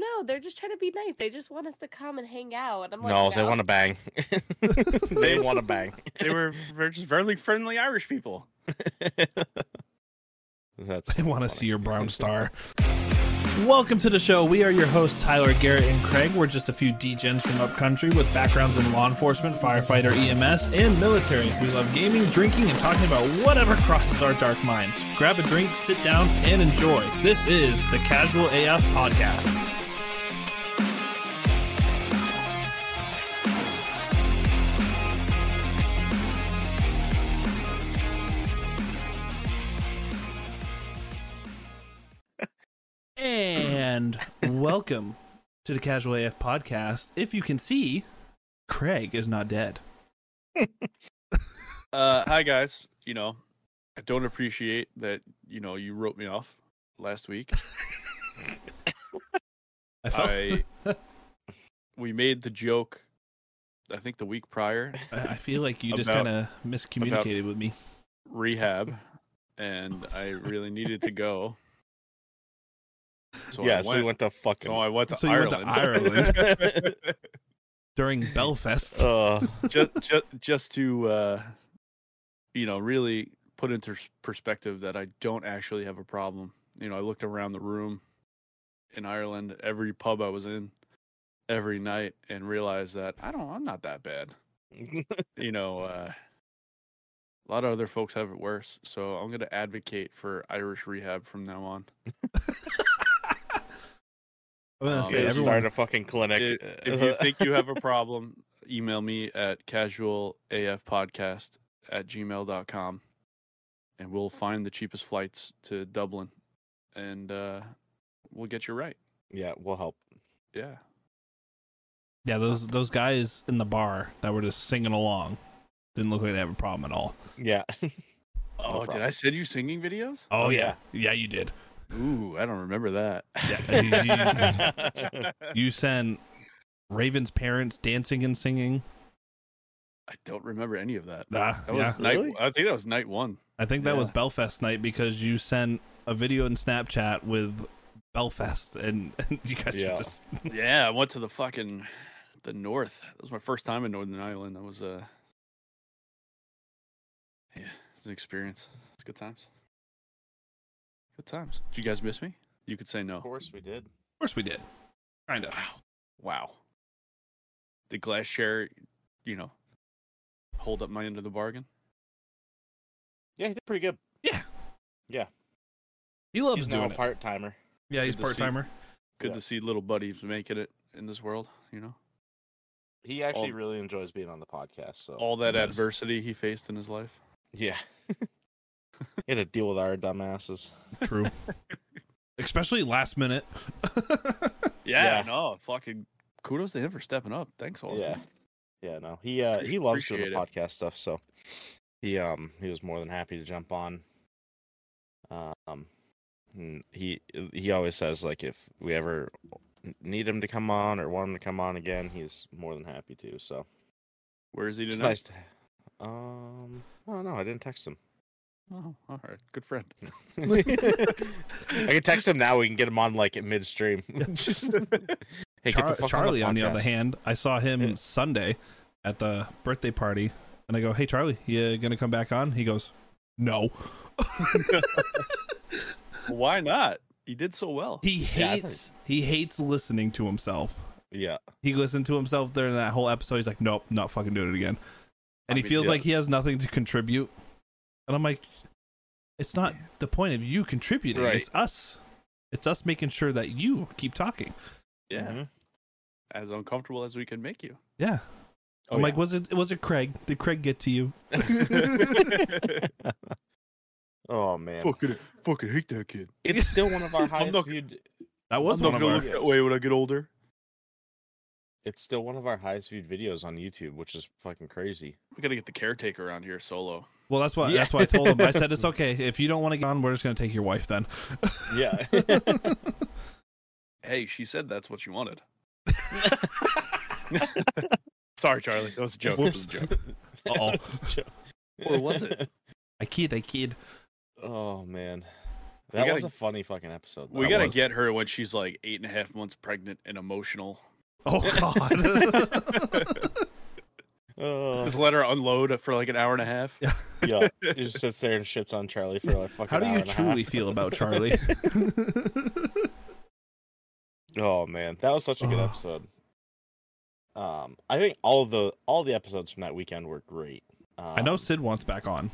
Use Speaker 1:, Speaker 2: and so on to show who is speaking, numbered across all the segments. Speaker 1: no, they're just trying to be nice. They just want us to come and hang out. And I'm like,
Speaker 2: no, they want to bang. they want to bang.
Speaker 3: They were ver- just very friendly Irish people.
Speaker 2: That's
Speaker 4: I want to see your brown star. Welcome to the show. We are your hosts, Tyler, Garrett, and Craig. We're just a few degens from upcountry with backgrounds in law enforcement, firefighter, EMS, and military. We love gaming, drinking, and talking about whatever crosses our dark minds. Grab a drink, sit down, and enjoy. This is the Casual AF Podcast. And welcome to the Casual AF Podcast. If you can see, Craig is not dead.
Speaker 3: Uh, hi guys. You know, I don't appreciate that. You know, you wrote me off last week.
Speaker 4: I felt, I,
Speaker 3: I we made the joke. I think the week prior
Speaker 4: I feel like you just
Speaker 3: About-
Speaker 4: kind of miscommunicated with me.
Speaker 3: rehab, and I really needed to go. So
Speaker 2: yeah,
Speaker 3: I
Speaker 2: so we went
Speaker 3: went.
Speaker 2: to fucking.
Speaker 3: So I went to
Speaker 4: So you went
Speaker 3: Ireland.
Speaker 4: to Ireland. during Belfast.
Speaker 2: uh,
Speaker 3: just, just, just to, uh, you know, really put into s- perspective that I don't actually have a problem. You know, I looked around the room in Ireland, every pub I was in, every night, and realized that I don't, I'm not that bad. You know, uh, a lot of other folks have it worse. So I'm going to advocate for Irish rehab from now on.
Speaker 4: I'm gonna
Speaker 3: Um,
Speaker 4: say
Speaker 3: yeah,
Speaker 2: yeah,
Speaker 4: everyone,
Speaker 2: start a fucking clinic.
Speaker 3: I- if you think you have a problem, email me at casualafpodcast at gmail.com and we'll find the cheapest flights to Dublin and uh, we'll get you right.
Speaker 2: yeah, we'll help.
Speaker 3: Yeah.
Speaker 4: yeah, those those guys in the bar that were just singing along didn't look like they have a problem at all.
Speaker 2: Yeah.
Speaker 3: Oh, did I send you singing videos?
Speaker 4: Oh,
Speaker 2: yeah.
Speaker 4: yeah, you did.
Speaker 3: Ooh, I don't remember that.
Speaker 2: Yeah.
Speaker 4: You sent Raven's parents dancing and singing.
Speaker 3: I don't remember any of that.
Speaker 4: Ah,
Speaker 3: That
Speaker 4: yeah.
Speaker 3: was night.
Speaker 2: Really?
Speaker 3: I think that was night one.
Speaker 4: I think that was
Speaker 2: Yeah.
Speaker 4: Belfast night because you sent a video in Snapchat with Belfast, and, and you guys
Speaker 2: Yeah.
Speaker 4: were just
Speaker 3: yeah, I went to the fucking the north. That was my first time in Northern Ireland. That was uh Yeah, it's an experience. It's good times. Good times. Did you guys miss me? You could say no.
Speaker 2: course we did.
Speaker 4: Of course we did. Kind of.
Speaker 3: Wow. Did glass share, you know, hold up my end of the bargain?
Speaker 2: Yeah, he did pretty good.
Speaker 4: He loves
Speaker 2: He's now a
Speaker 4: doing it.
Speaker 2: part timer.
Speaker 4: Yeah, he's
Speaker 3: Good to
Speaker 4: part
Speaker 3: see.
Speaker 4: timer.
Speaker 3: Good
Speaker 2: Yeah.
Speaker 3: to see little buddies making it in this world, you know?
Speaker 2: He actually
Speaker 3: All-
Speaker 2: really enjoys being on the podcast. So
Speaker 3: All that
Speaker 4: Yes.
Speaker 3: adversity he faced in his life.
Speaker 2: yeah, he had to deal with our dumbasses.
Speaker 4: True. Especially last minute.
Speaker 3: Yeah,
Speaker 2: Yeah.
Speaker 3: no, fucking kudos to him for stepping up. Thanks, Austin.
Speaker 2: Yeah. Yeah, no. He uh
Speaker 3: Appre-
Speaker 2: he loves doing the
Speaker 3: appreciate
Speaker 2: podcast stuff, so he um he was more than happy to jump on. Um and he he always says like if we ever need him to come on or want him to come on again, he's more than happy to. So
Speaker 3: Where is he
Speaker 2: it's
Speaker 3: tonight?
Speaker 2: nice to um I don't know, I didn't text him.
Speaker 3: Oh, all right. Good friend.
Speaker 2: I can text him now, we can get him on like at midstream. Just hey,
Speaker 4: Char- Charlie, on the, other
Speaker 2: podcast.
Speaker 4: hand, I saw him
Speaker 2: Yeah.
Speaker 4: Sunday at the birthday party, and I go, "Hey, Charlie, you gonna come back on?" He goes, "No."
Speaker 3: Why not? He did so well.
Speaker 4: he
Speaker 2: Yeah, I thought-
Speaker 4: hates he hates listening to himself.
Speaker 2: Yeah.
Speaker 4: He listened to himself during that whole episode. He's like, "Nope, not fucking doing it again,"
Speaker 3: I
Speaker 4: and he
Speaker 3: mean,
Speaker 4: feels
Speaker 3: yeah.
Speaker 4: like he has nothing to contribute. And I'm like, "It's not the point of you contributing.
Speaker 3: Right.
Speaker 4: It's us. It's us making sure that you keep talking."
Speaker 3: yeah.
Speaker 2: Mhm.
Speaker 3: As uncomfortable as we can make you.
Speaker 4: Yeah.
Speaker 2: Oh,
Speaker 4: I'm
Speaker 2: yeah.
Speaker 4: like, was it was it Craig? Did Craig get to you?
Speaker 2: oh man.
Speaker 3: fucking, fucking hate that kid.
Speaker 2: It's still one of our highest
Speaker 3: not-
Speaker 2: viewed.
Speaker 4: That
Speaker 3: I'm
Speaker 4: was
Speaker 3: not
Speaker 4: one of
Speaker 3: gonna
Speaker 4: our
Speaker 3: look that way when I get older.
Speaker 2: It's still one of our highest viewed videos on YouTube, which is fucking crazy.
Speaker 3: We gotta get the caretaker on here solo.
Speaker 4: Well, that's what
Speaker 2: Yeah.
Speaker 4: that's what I told him. I said it's okay if you don't want to get on. We're just gonna take your wife then.
Speaker 2: Yeah.
Speaker 3: Hey, she said that's what she wanted. Sorry, Charlie. That was a joke. That was a joke.
Speaker 4: Oh,
Speaker 2: It's a joke.
Speaker 3: Or was it?
Speaker 4: I kid, I kid.
Speaker 2: Oh man. That
Speaker 3: gotta-
Speaker 2: was a funny fucking episode.
Speaker 3: We
Speaker 2: That
Speaker 3: gotta
Speaker 2: was-
Speaker 3: get her when she's like eight and a half months pregnant and emotional.
Speaker 4: Oh God.
Speaker 2: Uh,
Speaker 3: Just let her unload for like an hour and a half.
Speaker 4: Yeah.
Speaker 2: yeah, he just sits there and shits on Charlie for like fucking.
Speaker 4: How do
Speaker 2: hour
Speaker 4: you
Speaker 2: and a
Speaker 4: truly
Speaker 2: half.
Speaker 4: feel about Charlie?
Speaker 2: Oh man, that was such a good
Speaker 4: Ugh.
Speaker 2: episode. Um, I think all the all the episodes from that weekend were great. Um,
Speaker 4: I know Sid wants back on.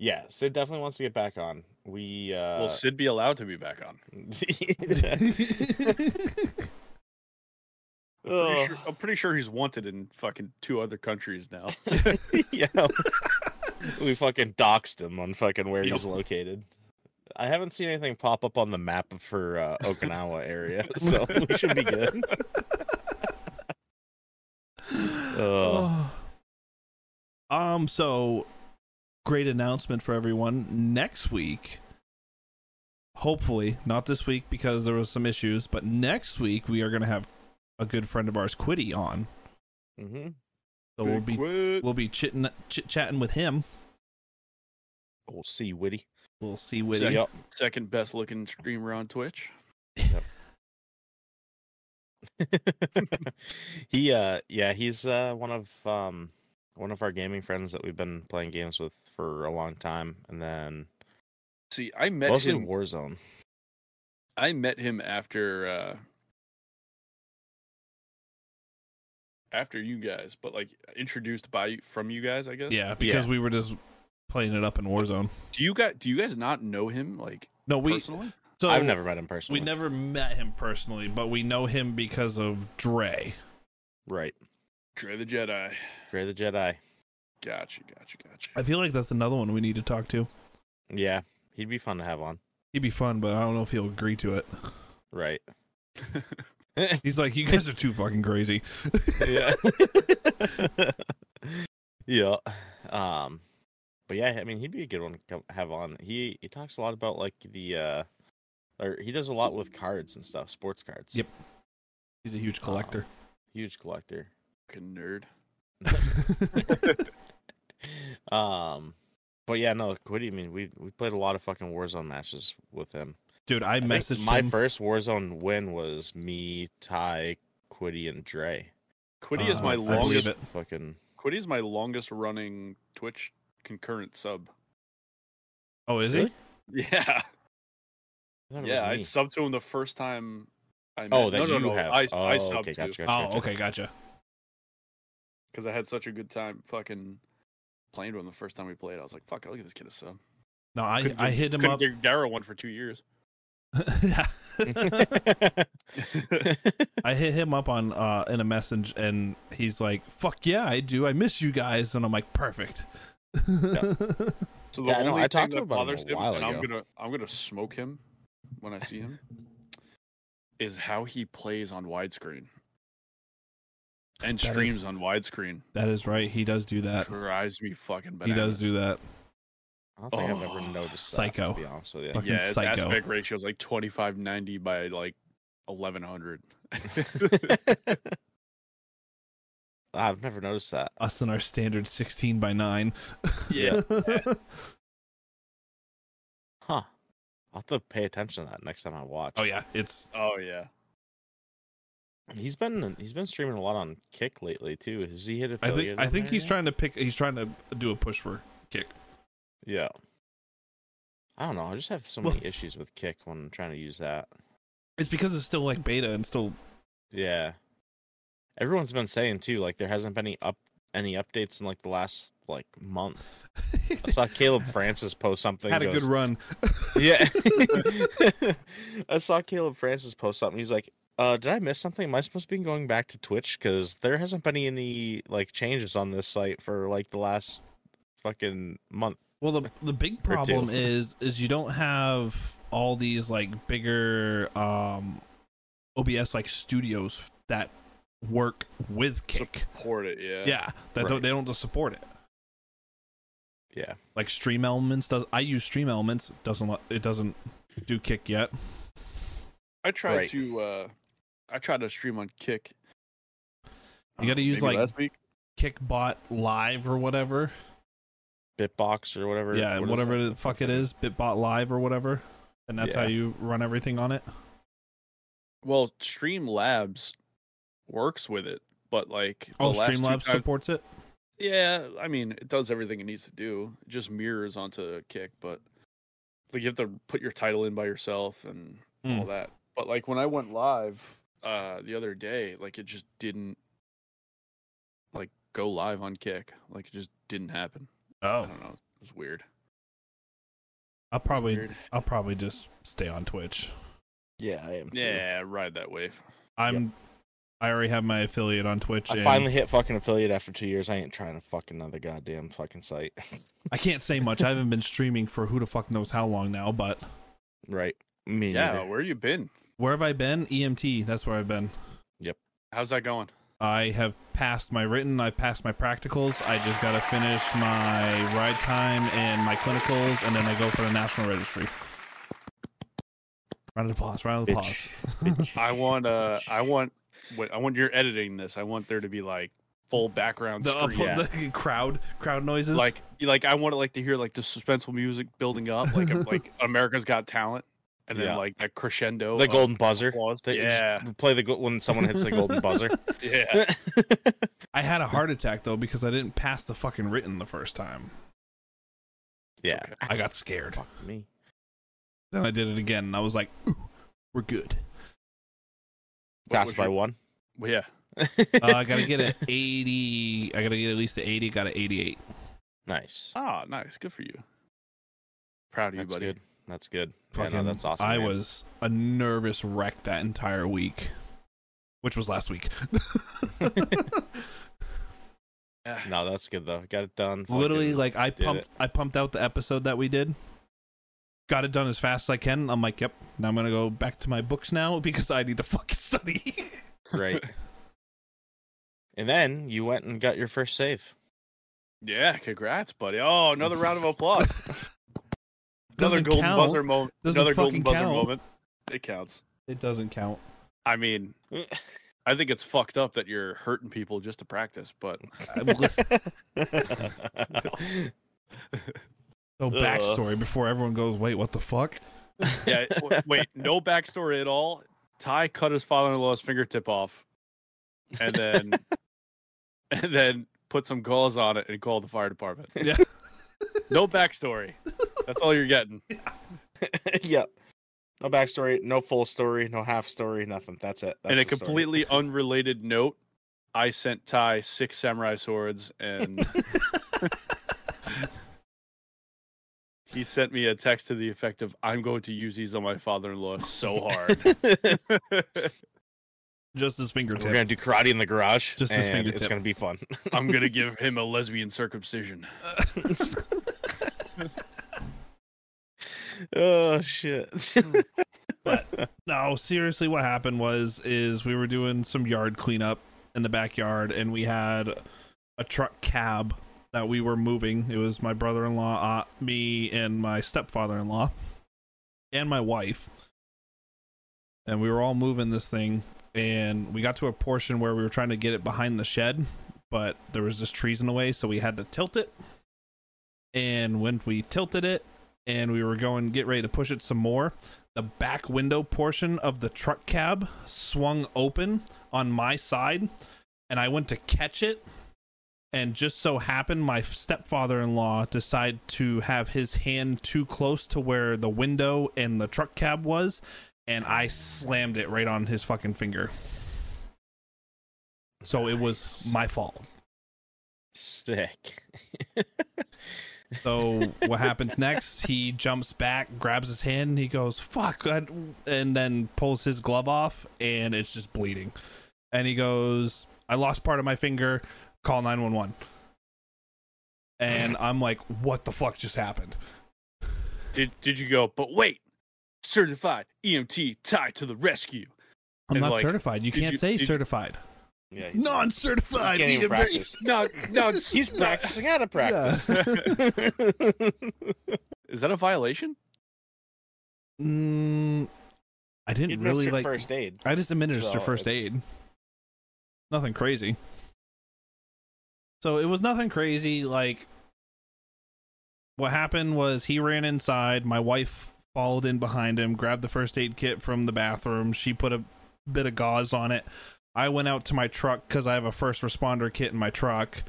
Speaker 2: Yeah, Sid definitely wants to get back on. We uh,
Speaker 3: Will Sid be allowed to be back on? I'm pretty,
Speaker 2: Ugh.
Speaker 3: sure, I'm pretty sure he's wanted in fucking two other countries now.
Speaker 2: yeah. we fucking doxed him on fucking where
Speaker 4: Yep.
Speaker 2: he's located. I haven't seen anything pop up on the map for uh, Okinawa area, so we should be good.
Speaker 4: Oh. Um. So, great announcement for everyone. Next week, hopefully, not this week because there was some issues, but next week we are going to have a good friend of ours, Quiddy, on.
Speaker 2: hmm
Speaker 4: So we'll be we'll be chitting chit chatting with him.
Speaker 2: We'll see, Witty.
Speaker 4: We'll see what.
Speaker 3: Second,
Speaker 4: he-
Speaker 2: Yep.
Speaker 3: second best looking streamer on Twitch.
Speaker 2: he uh yeah he's uh one of um one of our gaming friends that we've been playing games with for a long time and then
Speaker 3: See, I met
Speaker 2: mostly
Speaker 3: him.
Speaker 2: warzone
Speaker 3: I met him after uh after you guys, but like introduced by you- from you guys, I guess.
Speaker 4: Yeah, because we were just playing it up in Warzone.
Speaker 3: Do you guys do you guys not know him like
Speaker 4: No, we
Speaker 3: personally?
Speaker 4: so
Speaker 2: i've never met him personally
Speaker 4: we never met him personally, but we know him because of Dre.
Speaker 2: right
Speaker 3: Dre the Jedi.
Speaker 2: Dre the jedi
Speaker 3: Gotcha, gotcha, gotcha.
Speaker 4: I feel like that's another one we need to talk to.
Speaker 2: yeah he'd be fun to have on
Speaker 4: He'd be fun, but I don't know if he'll agree to it.
Speaker 2: right
Speaker 4: He's like, you guys are too fucking crazy.
Speaker 2: yeah yeah um but yeah i mean he'd be a good one to come- have on he he talks a lot about like the uh or he does a lot with cards and stuff sports cards
Speaker 4: Yep. He's a huge collector.
Speaker 2: huge collector
Speaker 3: Fucking nerd.
Speaker 2: um, but yeah, no, Quiddy. I mean, we we played a lot of fucking Warzone matches with him.
Speaker 4: Dude, I,
Speaker 2: think
Speaker 4: messaged
Speaker 2: my
Speaker 4: him.
Speaker 2: first Warzone win was me, Ty, Quiddy, and Dre.
Speaker 3: Quiddy is
Speaker 4: Uh,
Speaker 3: my
Speaker 4: I believe
Speaker 3: longest
Speaker 4: it.
Speaker 2: Fucking
Speaker 3: Quiddy is my longest running Twitch concurrent sub.
Speaker 4: Oh, is
Speaker 2: Really?
Speaker 4: he?
Speaker 3: Yeah.
Speaker 2: I thought it was
Speaker 3: Yeah, I
Speaker 2: me.
Speaker 3: subbed to him the first time I met
Speaker 2: Oh, that
Speaker 3: no,
Speaker 2: you
Speaker 3: no, no.
Speaker 2: have.
Speaker 3: I,
Speaker 2: oh,
Speaker 3: I subbed
Speaker 2: okay, gotcha, gotcha,
Speaker 4: Oh,
Speaker 2: gotcha.
Speaker 4: okay, gotcha.
Speaker 3: because I had such a good time fucking playing with him the first time we played. I was like, fuck, look at this kid a sub.
Speaker 4: No, I,
Speaker 3: Couldn't
Speaker 4: I
Speaker 3: give-
Speaker 4: hit him
Speaker 3: couldn't
Speaker 4: up.
Speaker 3: give Gara one for two years.
Speaker 4: Oh, I hit him up on uh in a message, and he's like, "Fuck yeah, I do. I miss you guys." And I'm like, "Perfect."
Speaker 3: So
Speaker 2: Yeah, I know, I
Speaker 3: thing
Speaker 2: talked to
Speaker 3: that
Speaker 2: him about him a
Speaker 3: bothers him,
Speaker 2: while
Speaker 3: and I'm
Speaker 2: ago.
Speaker 3: gonna I'm gonna smoke him when I see him, is how he plays on widescreen and
Speaker 4: That is-
Speaker 3: streams on widescreen.
Speaker 4: that is right. He does do that.
Speaker 3: Drives me fucking
Speaker 4: He
Speaker 3: bananas.
Speaker 4: does do that.
Speaker 2: I don't think I've
Speaker 3: Oh,
Speaker 2: ever noticed.
Speaker 4: psycho.
Speaker 2: That, to be honest with you.
Speaker 4: Fucking
Speaker 3: Yeah, his
Speaker 4: psycho.
Speaker 3: aspect ratio is like 2590 by like 1100.
Speaker 2: I've never noticed that.
Speaker 4: Us and our standard sixteen by nine.
Speaker 2: Yeah. Huh. I'll have to pay attention to that next time I watch.
Speaker 4: oh yeah, it's
Speaker 3: oh yeah.
Speaker 2: He's been he's been streaming a lot on Kick lately too. Has he hit
Speaker 4: I
Speaker 2: affiliated?
Speaker 4: think I
Speaker 2: on
Speaker 4: think
Speaker 2: there
Speaker 4: he's
Speaker 2: yet?
Speaker 4: trying to pick. He's trying to do a push for kick.
Speaker 2: Yeah. I don't know. I just have so
Speaker 4: Well-
Speaker 2: many issues with Kick when I'm trying to use that.
Speaker 4: It's because it's still like beta and still
Speaker 2: Yeah. Everyone's been saying too, like there hasn't been any up any updates in like the last like month. I saw Caleb Francis post something.
Speaker 4: had a
Speaker 2: goes-
Speaker 4: good run.
Speaker 2: Yeah. I saw Caleb Francis post something. He's like, uh, did I miss something? Am I supposed to be going back to Twitch? Because there hasn't been any like changes on this site for like the last fucking month.
Speaker 4: Well, the the big problem
Speaker 2: two.
Speaker 4: is is you don't have all these like bigger um OBS like studios that work with Kick.
Speaker 3: Support it, yeah.
Speaker 4: yeah. that don't,
Speaker 2: Right.
Speaker 4: they don't just support it.
Speaker 2: Yeah.
Speaker 4: Like Stream Elements does. I use Stream Elements. Doesn't let- it doesn't do Kick yet.
Speaker 3: I tried
Speaker 2: Right.
Speaker 3: to uh I tried to stream on Kick.
Speaker 4: You got to
Speaker 3: uh,
Speaker 4: use
Speaker 3: maybe
Speaker 4: like
Speaker 3: last week.
Speaker 4: Kickbot Live or whatever.
Speaker 2: Bitbox or whatever.
Speaker 4: yeah,
Speaker 2: what is
Speaker 4: whatever
Speaker 2: that?
Speaker 4: the fuck it is, Bitbot Live or whatever. and that's
Speaker 2: Yeah.
Speaker 4: how you run everything on it.
Speaker 3: Well, Streamlabs works with it, but like
Speaker 4: Oh,
Speaker 3: the last two
Speaker 4: Streamlabs
Speaker 3: times-
Speaker 4: supports it.
Speaker 3: Yeah, I mean, it does everything it needs to do. It just mirrors onto Kick, but like you have to put your title in by yourself and all
Speaker 4: Mm.
Speaker 3: that. But like when I went live uh the other day, like it just didn't like go live on Kick. Like it just didn't happen. I
Speaker 4: Oh,
Speaker 3: don't know. It was weird. It
Speaker 4: I'll
Speaker 3: was
Speaker 4: probably
Speaker 3: weird.
Speaker 4: I'll probably just stay on Twitch.
Speaker 2: Yeah, I am. too.
Speaker 3: Yeah, ride that wave.
Speaker 4: I'm I already have my affiliate on Twitch.
Speaker 2: I
Speaker 4: and
Speaker 2: finally hit fucking affiliate after two years. I ain't trying to fuck another goddamn fucking site.
Speaker 4: I can't say much. I haven't been streaming for who the fuck knows how long now, but
Speaker 2: right. Me.
Speaker 3: Yeah,
Speaker 2: neither.
Speaker 3: where you been?
Speaker 4: where have I been? EMT, that's where I've been.
Speaker 3: How's that going?
Speaker 4: I have passed my written, I've passed my practicals. I just got to finish my ride time and my clinicals, and then I go for the national registry. Round of applause, round of applause.
Speaker 2: Bitch. Bitch.
Speaker 3: I want uh I want what I want you're editing this. I want there to be like full background
Speaker 4: The,
Speaker 3: screen.
Speaker 4: upload- the crowd, crowd noises.
Speaker 3: like you- like I want to like to hear like the suspenseful music building up, like a- like America's Got Talent, and then
Speaker 2: Yeah.
Speaker 3: like that crescendo,
Speaker 2: the
Speaker 3: of
Speaker 2: golden buzzer.
Speaker 3: applause.
Speaker 2: They just
Speaker 3: yeah,
Speaker 2: Play the go- when someone hits the golden buzzer.
Speaker 3: yeah.
Speaker 4: I had a heart attack though because I didn't pass the fucking written the first time.
Speaker 2: yeah.
Speaker 3: Okay.
Speaker 4: I got scared.
Speaker 2: Fuck me.
Speaker 4: Then I did it again, and I was like, Ooh, "We're good."
Speaker 3: What
Speaker 2: Passed
Speaker 3: was
Speaker 2: by
Speaker 3: your-
Speaker 2: one.
Speaker 3: Well, yeah.
Speaker 4: Uh, I gotta get an eighty. I gotta get at least an eighty. Got an eighty-eight.
Speaker 2: Nice.
Speaker 3: Ah, nice. Good for you. Proud of
Speaker 2: That's
Speaker 3: you, buddy.
Speaker 2: good. That's good. Yeah, no,
Speaker 4: Fucking-
Speaker 2: that's awesome.
Speaker 4: I
Speaker 2: man.
Speaker 4: was a nervous wreck that entire week, which was last week.
Speaker 3: Yeah.
Speaker 2: No, that's good though. Got it done.
Speaker 4: Literally,
Speaker 2: Fucking-
Speaker 4: like I
Speaker 2: did
Speaker 4: pumped, I pumped out the episode that we did. Got it done as fast as I can. I'm like, yep. Now I'm gonna go back to my books now because I need to fucking study.
Speaker 2: Right. and then you went and got your first save.
Speaker 3: Yeah, congrats, buddy. Oh, another round of applause. another
Speaker 4: Doesn't
Speaker 3: golden
Speaker 4: count.
Speaker 3: buzzer moment.
Speaker 4: Doesn't
Speaker 3: Another golden
Speaker 4: fucking
Speaker 3: buzzer
Speaker 4: count.
Speaker 3: moment. It counts.
Speaker 4: It doesn't count.
Speaker 3: I mean, I think it's fucked up that you're hurting people just to practice, but
Speaker 4: I- listen, no backstory before everyone goes, wait, what the fuck?
Speaker 3: yeah. w- Wait, no backstory at all. Ty cut his father-in-law's fingertip off, and then and then put some gauze on it and called the fire department.
Speaker 4: Yeah.
Speaker 3: No backstory. That's all you're getting.
Speaker 2: yep. No backstory, no full story, no half story, nothing. That's it. That's
Speaker 3: In a
Speaker 2: the story.
Speaker 3: completely unrelated note, I sent Ty six samurai swords, and he sent me a text to the effect of, "I'm going to use these on my father-in-law so hard."
Speaker 4: Just his
Speaker 2: We're
Speaker 4: fingertip.
Speaker 2: gonna do karate in the garage.
Speaker 4: Just his
Speaker 2: and It's
Speaker 4: fingertip.
Speaker 2: gonna be fun.
Speaker 3: I'm gonna give him a lesbian circumcision.
Speaker 2: oh shit.
Speaker 4: But- No, seriously, what happened was is we were doing some yard cleanup in the backyard, and we had a truck cab that we were moving. It was my brother-in-law, uh, me, and my stepfather-in-law, and my wife, and we were all moving this thing. And we got to a portion where we were trying to get it behind the shed, but there was just trees in the way, so we had to tilt it. And when we tilted it, and we were going get ready to push it some more, the back window portion of the truck cab swung open on my side and I went to catch it and just so happened my stepfather-in-law decided to have his hand too close to where the window and the truck cab was and I slammed it right on his fucking finger. So it was
Speaker 2: Nice.
Speaker 4: my fault.
Speaker 2: Stick.
Speaker 4: So what happens next? He jumps back, grabs his hand, and he goes "fuck," I- and then pulls his glove off, and it's just bleeding. And he goes, "I lost part of my finger. Call nine one one." And I'm like, "What the fuck just happened?"
Speaker 3: Did did you go? But wait, certified EMT tied to the rescue.
Speaker 4: I'm
Speaker 3: And
Speaker 4: not
Speaker 3: like,
Speaker 4: certified. You
Speaker 3: did
Speaker 4: can't
Speaker 3: you-
Speaker 4: say
Speaker 3: did you-
Speaker 4: certified.
Speaker 2: Yeah. he's- he
Speaker 4: Non-certified.
Speaker 2: can't even
Speaker 4: EMT.
Speaker 2: practice.
Speaker 3: No, no,
Speaker 2: He's practicing out of practice.
Speaker 3: Is that a violation?
Speaker 4: Mm, I
Speaker 2: you
Speaker 4: didn't really
Speaker 2: administered
Speaker 4: like.
Speaker 2: first aid.
Speaker 4: I just administered
Speaker 2: So
Speaker 4: first
Speaker 2: it's-
Speaker 4: aid. Nothing crazy. So it was nothing crazy. Like, what happened was he ran inside. My wife followed in behind him, grabbed the first aid kit from the bathroom. She put a bit of gauze on it. I went out to my truck because I have a first responder kit in my truck.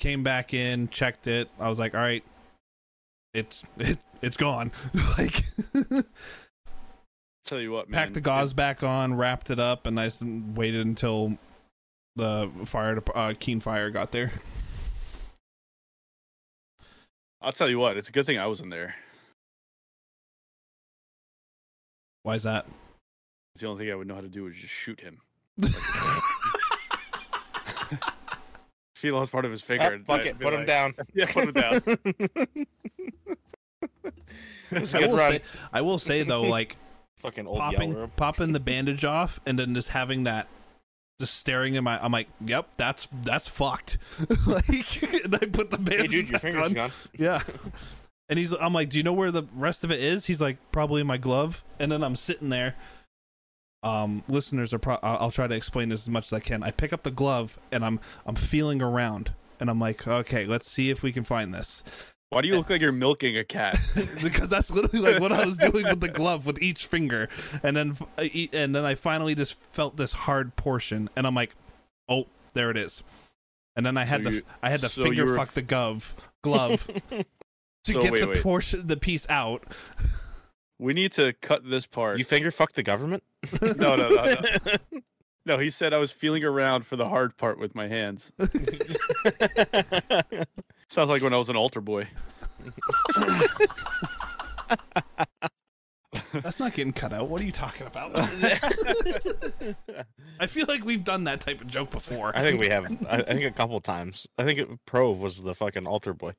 Speaker 4: Came back in, checked it. I was like, all right, it's it, it's gone. like
Speaker 3: Tell you what, man.
Speaker 4: packed the
Speaker 3: it-
Speaker 4: gauze back on, wrapped it up, and I s- waited until the fire dep- uh, Keen Fire got there.
Speaker 3: I'll tell you what. It's a good thing I was in there.
Speaker 4: Why is that?
Speaker 3: The only thing I would know how to do is just shoot him. If he lost part of his
Speaker 2: Ah,
Speaker 3: finger, I'd-
Speaker 2: fuck
Speaker 3: I'd
Speaker 2: it,
Speaker 3: be
Speaker 2: put him
Speaker 3: like-
Speaker 2: down.
Speaker 3: Yeah, put him down.
Speaker 2: That's a
Speaker 4: I
Speaker 2: good
Speaker 4: will,
Speaker 2: run.
Speaker 4: say, I will say though, like
Speaker 2: Fucking old Yeller.
Speaker 4: popping popping the bandage off and then just having that just staring in my I'm like, Yep, that's that's fucked. like and I put the bandage
Speaker 2: Hey, dude, your
Speaker 4: back
Speaker 2: finger's
Speaker 4: on.
Speaker 2: gone.
Speaker 4: Yeah. And he's I'm like, Do you know where the rest of it is? He's like, probably in my glove and then I'm sitting there. Um, listeners are pro- I'll I'll try to explain this as much as I can. I pick up the glove and I'm I'm feeling around and I'm like, okay, let's see if we can find this.
Speaker 3: Why do you look like you're milking a cat?
Speaker 4: because that's literally like what I was doing with the glove with each finger, and then I eat- and then I finally just felt this hard portion, and I'm like, oh, there it is, and then I had
Speaker 3: So
Speaker 4: to
Speaker 3: you-
Speaker 4: I had to
Speaker 3: so
Speaker 4: finger
Speaker 3: you were-
Speaker 4: fuck the gov glove to
Speaker 3: So
Speaker 4: get
Speaker 3: wait,
Speaker 4: the
Speaker 3: wait.
Speaker 4: portion the piece out.
Speaker 3: We need to cut this part.
Speaker 2: You finger fucked the government?
Speaker 3: No, no, no, no. No, he said I was feeling around for the hard part with my hands. Sounds like when I was an altar boy.
Speaker 4: That's not getting cut out. What are you talking about? I feel like we've done that type of joke before.
Speaker 2: I think we have. I, I think a couple times. I think it, Prove was the fucking altar boy.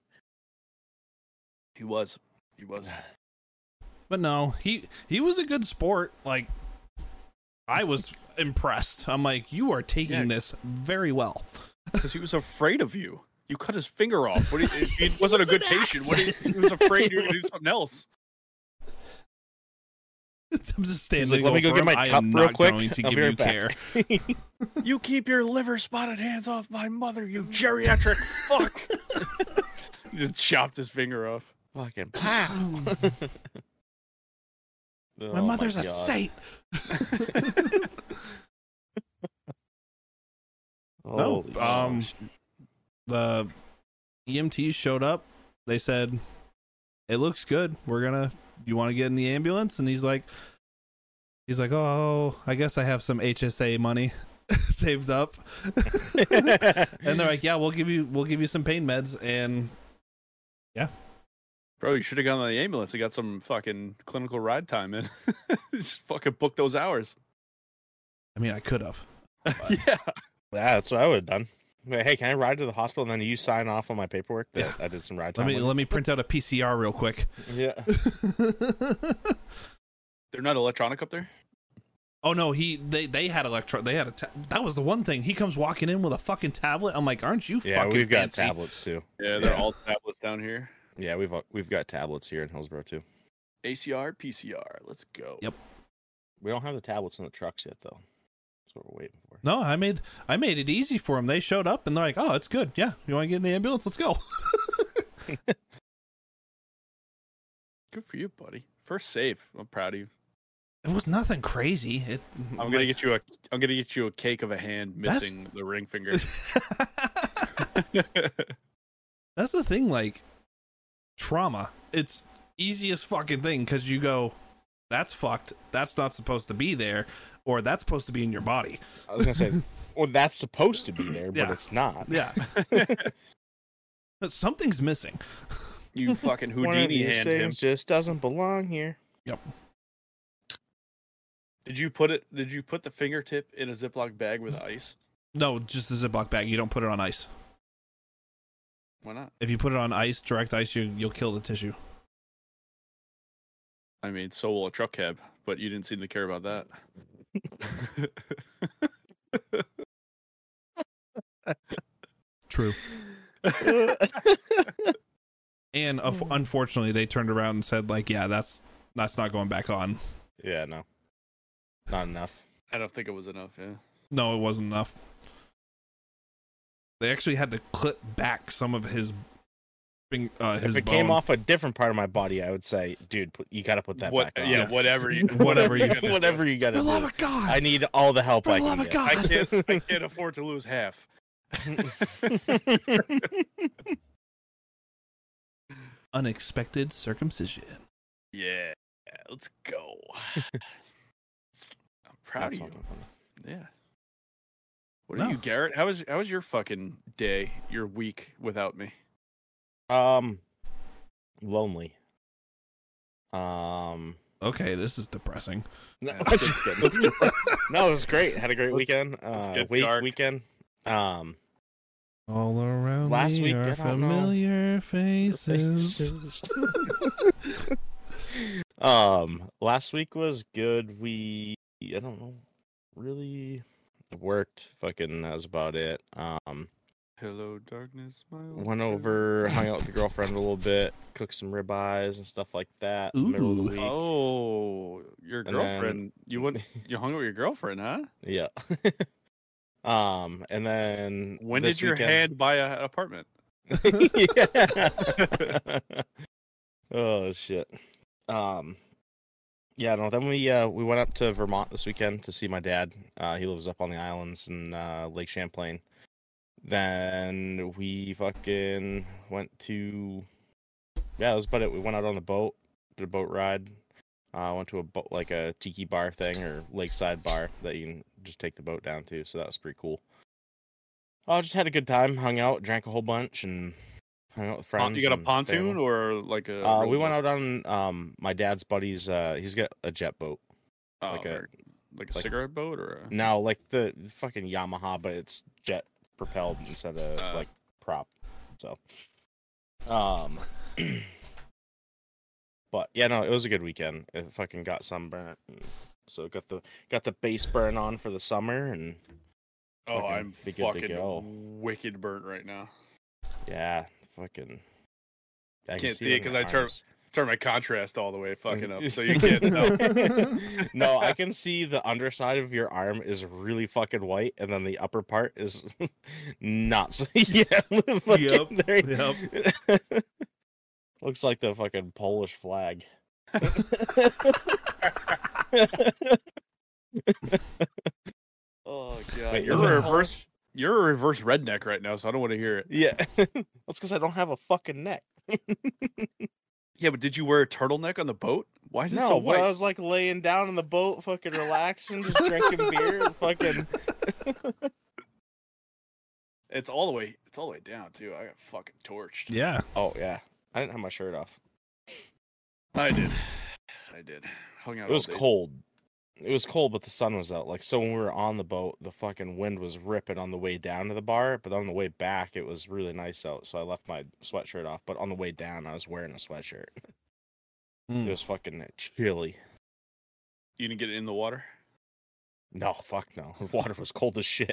Speaker 3: He was. He was.
Speaker 4: But no, he he was a good sport. Like I was impressed. I'm like, you are taking
Speaker 3: Yeah.
Speaker 4: this very well.
Speaker 3: Because he was afraid of you. You cut his finger off. What do you, if he
Speaker 4: It
Speaker 3: wasn't a
Speaker 4: was
Speaker 3: good
Speaker 4: an
Speaker 3: patient. What do you, he was afraid you were going to do something else.
Speaker 4: I'm just standing.
Speaker 2: "Let me go
Speaker 4: over
Speaker 2: get
Speaker 4: him.
Speaker 2: my
Speaker 4: I
Speaker 2: cup
Speaker 4: am
Speaker 2: real
Speaker 4: not
Speaker 2: quick.
Speaker 4: Going to
Speaker 2: I'll
Speaker 4: give
Speaker 2: be right
Speaker 4: you
Speaker 2: back."
Speaker 4: care.
Speaker 3: You keep your liver spotted hands off my mother, you geriatric fuck. He Just chopped his finger off.
Speaker 2: Fucking pow. Oh
Speaker 4: my mother's a
Speaker 2: God.
Speaker 4: saint.
Speaker 2: Oh,
Speaker 4: No,
Speaker 2: Holy
Speaker 4: um,
Speaker 2: shit.
Speaker 4: The EMTs showed up. They said, "It looks good. We're gonna. You want to get in the ambulance?" And he's like, "He's like, oh, I guess I have some HSA money saved up." and they're like, "Yeah, we'll give you we'll give you some pain meds." And
Speaker 3: Bro, you should have gone on the ambulance and got some fucking clinical ride time in. Just fucking book those hours.
Speaker 4: I mean, I could have.
Speaker 3: Yeah.
Speaker 2: Yeah, that's what I would have done. Like, hey, can I ride to the hospital and then you sign off on my paperwork that I did some ride
Speaker 4: Let
Speaker 2: time?
Speaker 4: me
Speaker 2: with
Speaker 4: let me print out a PCR real quick.
Speaker 2: you? yeah.
Speaker 3: They're not electronic up there?
Speaker 4: oh no, he they they had electro. They had a ta- that was the one thing. He comes walking in with a fucking tablet. I'm like, aren't you
Speaker 2: Yeah,
Speaker 4: fucking
Speaker 2: we've got
Speaker 4: fancy?
Speaker 2: tablets too.
Speaker 3: Yeah,
Speaker 2: they're
Speaker 3: they're all tablets down here.
Speaker 2: Yeah, we've we've got tablets here in Hillsborough too.
Speaker 3: ACR, PCR. Let's go.
Speaker 4: Yep.
Speaker 2: We don't have the tablets in the trucks yet though. That's what we're waiting for.
Speaker 4: No, I made I made it easy for him. They showed up and they're like, "Oh, it's good. Yeah, you want to get in the ambulance? Let's go."
Speaker 3: Good for you, buddy. First save. I'm proud of you.
Speaker 4: It was nothing crazy. It,
Speaker 3: I'm gonna get you a I'm gonna get you a cake of a hand
Speaker 4: That's-
Speaker 3: missing the ring finger.
Speaker 4: get. That's the thing, like trauma. It's easiest fucking thing because you go, that's fucked. That's not supposed to be there, or that's supposed to be in your body.
Speaker 2: I was gonna say, well, that's supposed to be there, but
Speaker 4: Yeah.
Speaker 2: it's not.
Speaker 4: Yeah, But something's missing.
Speaker 3: you fucking
Speaker 2: One of
Speaker 3: Houdini
Speaker 2: these
Speaker 3: hand him.
Speaker 2: things just doesn't belong here.
Speaker 3: Did you put it did you put the fingertip in a Ziploc bag with ice?
Speaker 4: No, just a Ziploc bag. You don't put it on ice.
Speaker 3: Why not?
Speaker 4: If you put it on ice, direct ice, you you'll kill the tissue.
Speaker 3: I mean, so will a truck cab, but you didn't seem to care about that.
Speaker 4: True. And uh,
Speaker 2: Hmm.
Speaker 4: unfortunately, they turned around and said, like, yeah, that's that's not going back on.
Speaker 2: Yeah, no, not enough.
Speaker 3: I don't think it was enough, yeah.
Speaker 4: No, it wasn't enough. They actually had to clip back some of his bring, uh, his
Speaker 2: if it
Speaker 4: bone.
Speaker 2: came off a different part of my body, I would say, dude, put, you got to put that
Speaker 3: what,
Speaker 2: back on.
Speaker 3: yeah, whatever, you,
Speaker 4: Whatever you
Speaker 3: gotta do.
Speaker 2: whatever you got
Speaker 4: For
Speaker 2: to
Speaker 4: the love
Speaker 2: do.
Speaker 4: of God!
Speaker 2: I need all the help
Speaker 4: For the
Speaker 2: I can
Speaker 4: love of
Speaker 2: get.
Speaker 4: God!
Speaker 3: I can't, I can't afford to lose half.
Speaker 5: Unexpected circumcision.
Speaker 3: Yeah, let's go. I'm proud
Speaker 2: That's
Speaker 3: of you.
Speaker 2: fucking funny.
Speaker 3: Yeah. What
Speaker 5: No.
Speaker 3: are you, Garrett? How was how was your fucking day, your week without me?
Speaker 2: Um, lonely. Um,
Speaker 4: Okay, this is depressing.
Speaker 2: no,
Speaker 3: Yeah, that's
Speaker 2: just kidding.
Speaker 3: good. That's good.
Speaker 2: no, it was great. Had a great weekend.
Speaker 3: let's
Speaker 2: Uh,
Speaker 3: get
Speaker 2: week
Speaker 3: dark.
Speaker 2: weekend. Um,
Speaker 4: All around
Speaker 2: Last
Speaker 4: me
Speaker 2: week,
Speaker 4: are
Speaker 2: I don't know.
Speaker 4: familiar faces.
Speaker 2: um, last week was good. We, I don't know, really worked. Fucking, that was about it. Um,
Speaker 3: Hello, darkness. My old
Speaker 2: went
Speaker 3: friend.
Speaker 2: over, hung out with the girlfriend a little bit, cooked some ribeyes and stuff like that. in the Middle of the
Speaker 5: Ooh.
Speaker 2: week.
Speaker 3: Oh, your
Speaker 2: then-
Speaker 3: girlfriend. You went. You hung out with your girlfriend, huh?
Speaker 2: Yeah. um, and then
Speaker 3: When
Speaker 2: this
Speaker 3: did your
Speaker 2: weekend-
Speaker 3: hand buy a, an apartment?
Speaker 2: Yeah. oh shit. Um. Yeah, no. Then we uh we went up to Vermont this weekend to see my dad. Uh, he lives up on the islands in uh, Lake Champlain. Then we fucking went to. Yeah, that was about it. We went out on the boat, did a boat ride. Uh, went to a boat like a tiki bar thing or lakeside bar that you can just take the boat down to. So that was pretty cool. I just had a good time, hung out, drank a whole bunch, and hung out with friends.
Speaker 3: Pon- you got a
Speaker 2: and
Speaker 3: pontoon
Speaker 2: family.
Speaker 3: or like a?
Speaker 2: Uh,
Speaker 3: real
Speaker 2: we went
Speaker 3: boat?
Speaker 2: out on um my dad's buddy's. Uh, he's got a jet boat
Speaker 3: Oh,
Speaker 2: like a-
Speaker 3: or- like
Speaker 2: like-
Speaker 3: a
Speaker 2: Mm,
Speaker 3: cigarette boat or a...
Speaker 2: now, like the fucking Yamaha, but it's jet propelled instead of
Speaker 3: Uh.
Speaker 2: like prop. So, um, but yeah, no, it was a good weekend. It fucking got sunburnt, and so got the got the base burn on for the summer, and
Speaker 3: Oh,
Speaker 2: fucking
Speaker 3: I'm
Speaker 2: be good to go.
Speaker 3: fucking wicked burnt right now.
Speaker 2: yeah, fucking. I
Speaker 3: Can't
Speaker 2: see
Speaker 3: see
Speaker 2: it
Speaker 3: it
Speaker 2: in
Speaker 3: 'cause
Speaker 2: your
Speaker 3: I turn-
Speaker 2: arms.
Speaker 3: Turn my contrast all the way fucking up, so you can't tell.
Speaker 2: no, I can see the underside of your arm is really fucking white, and then the upper part is not. So yeah, fucking there- Looks like the fucking Polish flag.
Speaker 3: Oh god,
Speaker 2: Wait,
Speaker 3: you're
Speaker 2: is it
Speaker 3: a reverse. You're a reverse redneck right now, so I don't want to hear it.
Speaker 2: Yeah, that's because I don't have a fucking neck.
Speaker 3: Yeah, but did you wear a turtleneck on the boat? Why is it
Speaker 2: No,
Speaker 3: so
Speaker 2: but
Speaker 3: white?
Speaker 2: I was like laying down in the boat, fucking relaxing, just drinking beer, and fucking.
Speaker 3: It's all the way. It's all the way down too. I got fucking torched.
Speaker 4: yeah.
Speaker 2: Oh yeah, I didn't have my shirt off.
Speaker 3: I did. I did. Hung out.
Speaker 2: It was
Speaker 3: all day.
Speaker 2: cold. It was cold, but the sun was out. Like so, when we were on the boat, the fucking wind was ripping on the way down to the bar. But on the way back, it was really nice out. So I left my sweatshirt off. But on the way down, I was wearing a sweatshirt. It
Speaker 4: Mm.
Speaker 2: was fucking chilly.
Speaker 3: You didn't get it in the water.
Speaker 2: No, fuck no. The water was cold as shit.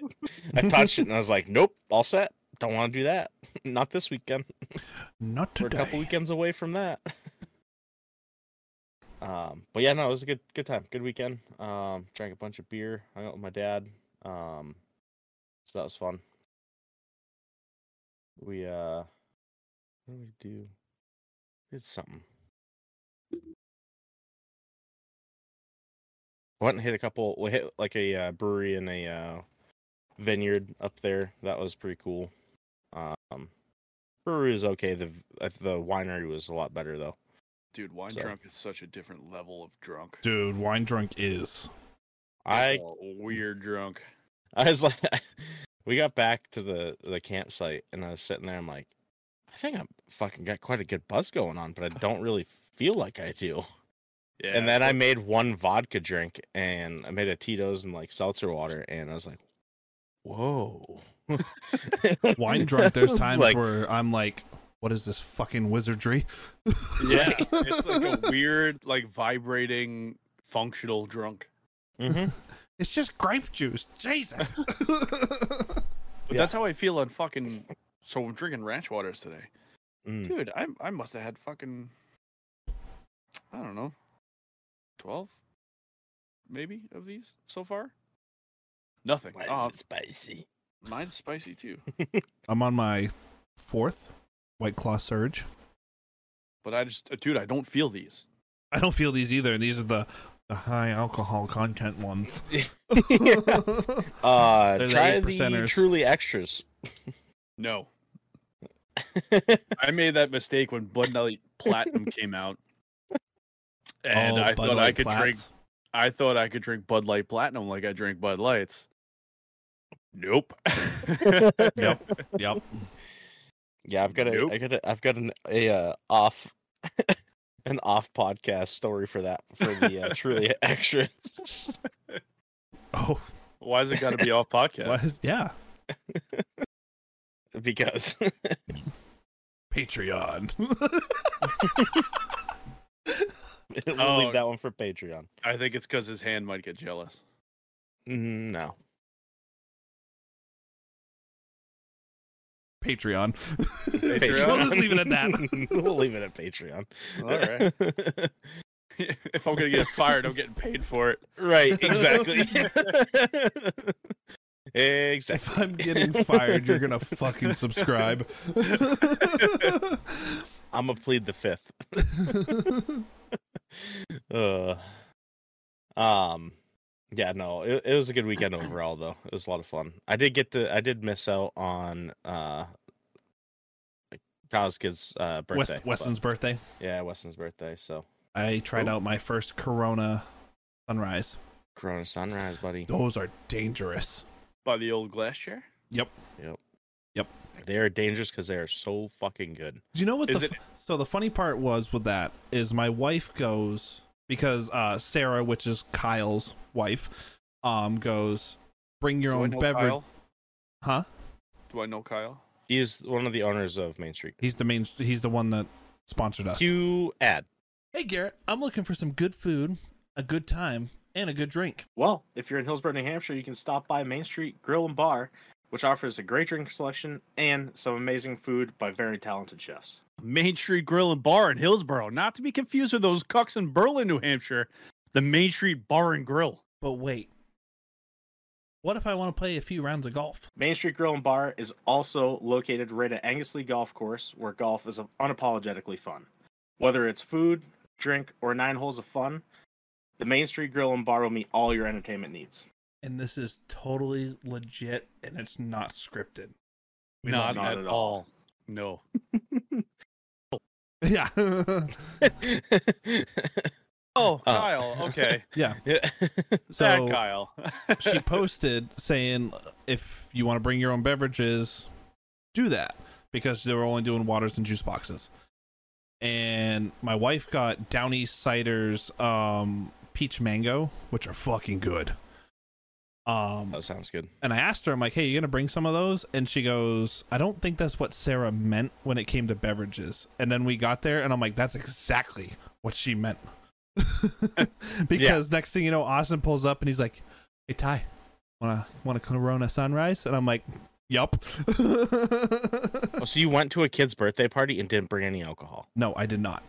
Speaker 2: I touched it and I was like, nope, all set. Don't want to do that. Not this weekend.
Speaker 4: Not
Speaker 2: We're a
Speaker 4: today.
Speaker 2: couple weekends away from that. um, but yeah, no, it was a good good time, good weekend. Um, drank a bunch of beer, hung out with my dad. Um, so that was fun. We uh, what did we do? We did something. Went and hit a couple. We hit like a uh, brewery and a uh, vineyard up there. That was pretty cool. Um, brewery was okay. The v- uh, the winery was a lot better though.
Speaker 3: Dude, wine
Speaker 2: So-
Speaker 3: drunk is such a different level of drunk.
Speaker 4: Dude, wine drunk is.
Speaker 2: I
Speaker 3: It's a weird drunk.
Speaker 2: I was like, we got back to the the campsite and I was sitting there. I'm like, I think I'm fucking got quite a good buzz going on, but I don't really feel like I do.
Speaker 3: Yeah.
Speaker 2: and then I made one vodka drink and I made a Tito's and like seltzer water and I was like, whoa.
Speaker 4: Wine drunk. There's
Speaker 2: I
Speaker 4: times
Speaker 2: was like,
Speaker 4: where I'm like, "What is this fucking wizardry?"
Speaker 3: yeah, it's like a weird, like vibrating, functional drunk.
Speaker 2: "Mhm."
Speaker 4: It's just grape juice. Jesus.
Speaker 3: But
Speaker 2: Yeah.
Speaker 3: that's how I feel on fucking. So I'm drinking ranch waters today.
Speaker 2: Mm.
Speaker 3: Dude, I I must have had fucking I don't know. 12 maybe of these so far? Nothing.
Speaker 2: Why is
Speaker 3: Oh,
Speaker 2: it spicy?
Speaker 3: mine's spicy too.
Speaker 4: I'm on my fourth White Claw Surge.
Speaker 3: But I just, uh, dude, I don't feel these.
Speaker 4: I don't feel these either. These are the, the high alcohol content ones.
Speaker 2: Uh,
Speaker 4: They're the
Speaker 2: try
Speaker 4: eight
Speaker 2: the
Speaker 4: percenters.
Speaker 2: truly extras.
Speaker 3: No, I made that mistake when Bud Light Platinum came out, and
Speaker 4: Oh,
Speaker 3: I
Speaker 4: Bud
Speaker 3: thought I
Speaker 4: Light
Speaker 3: could drink.
Speaker 4: Plats.
Speaker 3: I thought I could drink Bud Light Platinum like I drink Bud Lights. Nope.
Speaker 4: Yep. Yep.
Speaker 2: Yeah, I've got a,
Speaker 3: Nope.
Speaker 2: I got a, I've got an a uh, off, an off podcast story for that for the uh, truly extras.
Speaker 4: Oh,
Speaker 3: Why has it got to be off podcast?
Speaker 4: what is, yeah.
Speaker 2: because
Speaker 4: Patreon.
Speaker 2: we'll
Speaker 3: Oh.
Speaker 2: leave that one for Patreon.
Speaker 3: I think it's because his hand might get jealous.
Speaker 2: Mm, No,
Speaker 4: Patreon.
Speaker 3: Patreon?
Speaker 4: we'll just leave it at that.
Speaker 2: we'll leave it at Patreon.
Speaker 3: All right. if I'm gonna get fired, I'm getting paid for it.
Speaker 2: right, exactly. exactly.
Speaker 4: If I'm getting fired, you're gonna fucking subscribe.
Speaker 2: I'm gonna plead the fifth. Uh, um, yeah, no, it, it was a good weekend overall, though. It was a lot of fun. I did get the, I did miss out on uh, Kyle's kid's uh birthday.
Speaker 4: Wes-
Speaker 2: but-
Speaker 4: Weston's birthday.
Speaker 2: yeah, Weston's birthday. So
Speaker 4: I tried
Speaker 2: Ooh.
Speaker 4: out my first Corona Sunrise.
Speaker 2: Corona Sunrise, buddy.
Speaker 4: Those are dangerous.
Speaker 3: By the old glass chair.
Speaker 2: They are dangerous because they are so fucking good.
Speaker 4: Do you know what
Speaker 3: Is
Speaker 4: the
Speaker 3: it-
Speaker 4: f- so the funny part was with that is my wife goes because uh Sarah, which is Kyle's wife, um goes bring your
Speaker 3: Do I
Speaker 4: own
Speaker 3: know
Speaker 4: beverage,
Speaker 3: Kyle?
Speaker 4: huh?
Speaker 3: Do I know Kyle?
Speaker 2: He's one of the owners of Main Street.
Speaker 4: He's the main. He's the one that sponsored us.
Speaker 2: Q ad.
Speaker 4: Hey Garrett, I'm looking for some good food, a good time, and a good drink.
Speaker 2: Well, if you're in Hillsborough, New Hampshire, you can stop by Main Street Grill and Bar, which offers a great drink selection and some amazing food by very talented chefs.
Speaker 3: Main Street Grill and Bar in Hillsborough, not to be confused with those cucks in Berlin, New Hampshire. The Main Street Bar and Grill.
Speaker 4: But wait, what if I want to play a few rounds of golf?
Speaker 2: Main Street Grill and Bar is also located right at Angusley Golf Course, where golf is unapologetically fun. Whether it's food, drink, or nine holes of fun, the Main Street Grill and Bar will meet all your entertainment needs.
Speaker 4: And this is totally legit, and it's not scripted. We
Speaker 3: not,
Speaker 2: not
Speaker 3: at,
Speaker 2: at all.
Speaker 3: all. No.
Speaker 4: Yeah,
Speaker 3: Oh,
Speaker 2: Oh.
Speaker 3: Kyle. Okay.
Speaker 4: yeah.
Speaker 3: That
Speaker 4: Uh, So
Speaker 3: Kyle.
Speaker 4: she posted saying, if you want to bring your own beverages, do that because they were only doing waters and juice boxes. And my wife got Downey Cider's um, peach mango, which are fucking good. Um,
Speaker 2: that sounds good.
Speaker 4: and I asked her, I'm like, hey, you gonna bring some of those? And she goes, I don't think that's what Sarah meant when it came to beverages. And then we got there, and I'm like, that's exactly what she meant. because next thing you know, Austin pulls up and he's like, hey, Ty, wanna wanna Corona sunrise? And I'm like, yup.
Speaker 2: Oh, so you went to a kid's birthday party and didn't bring any alcohol.
Speaker 4: no, I did not.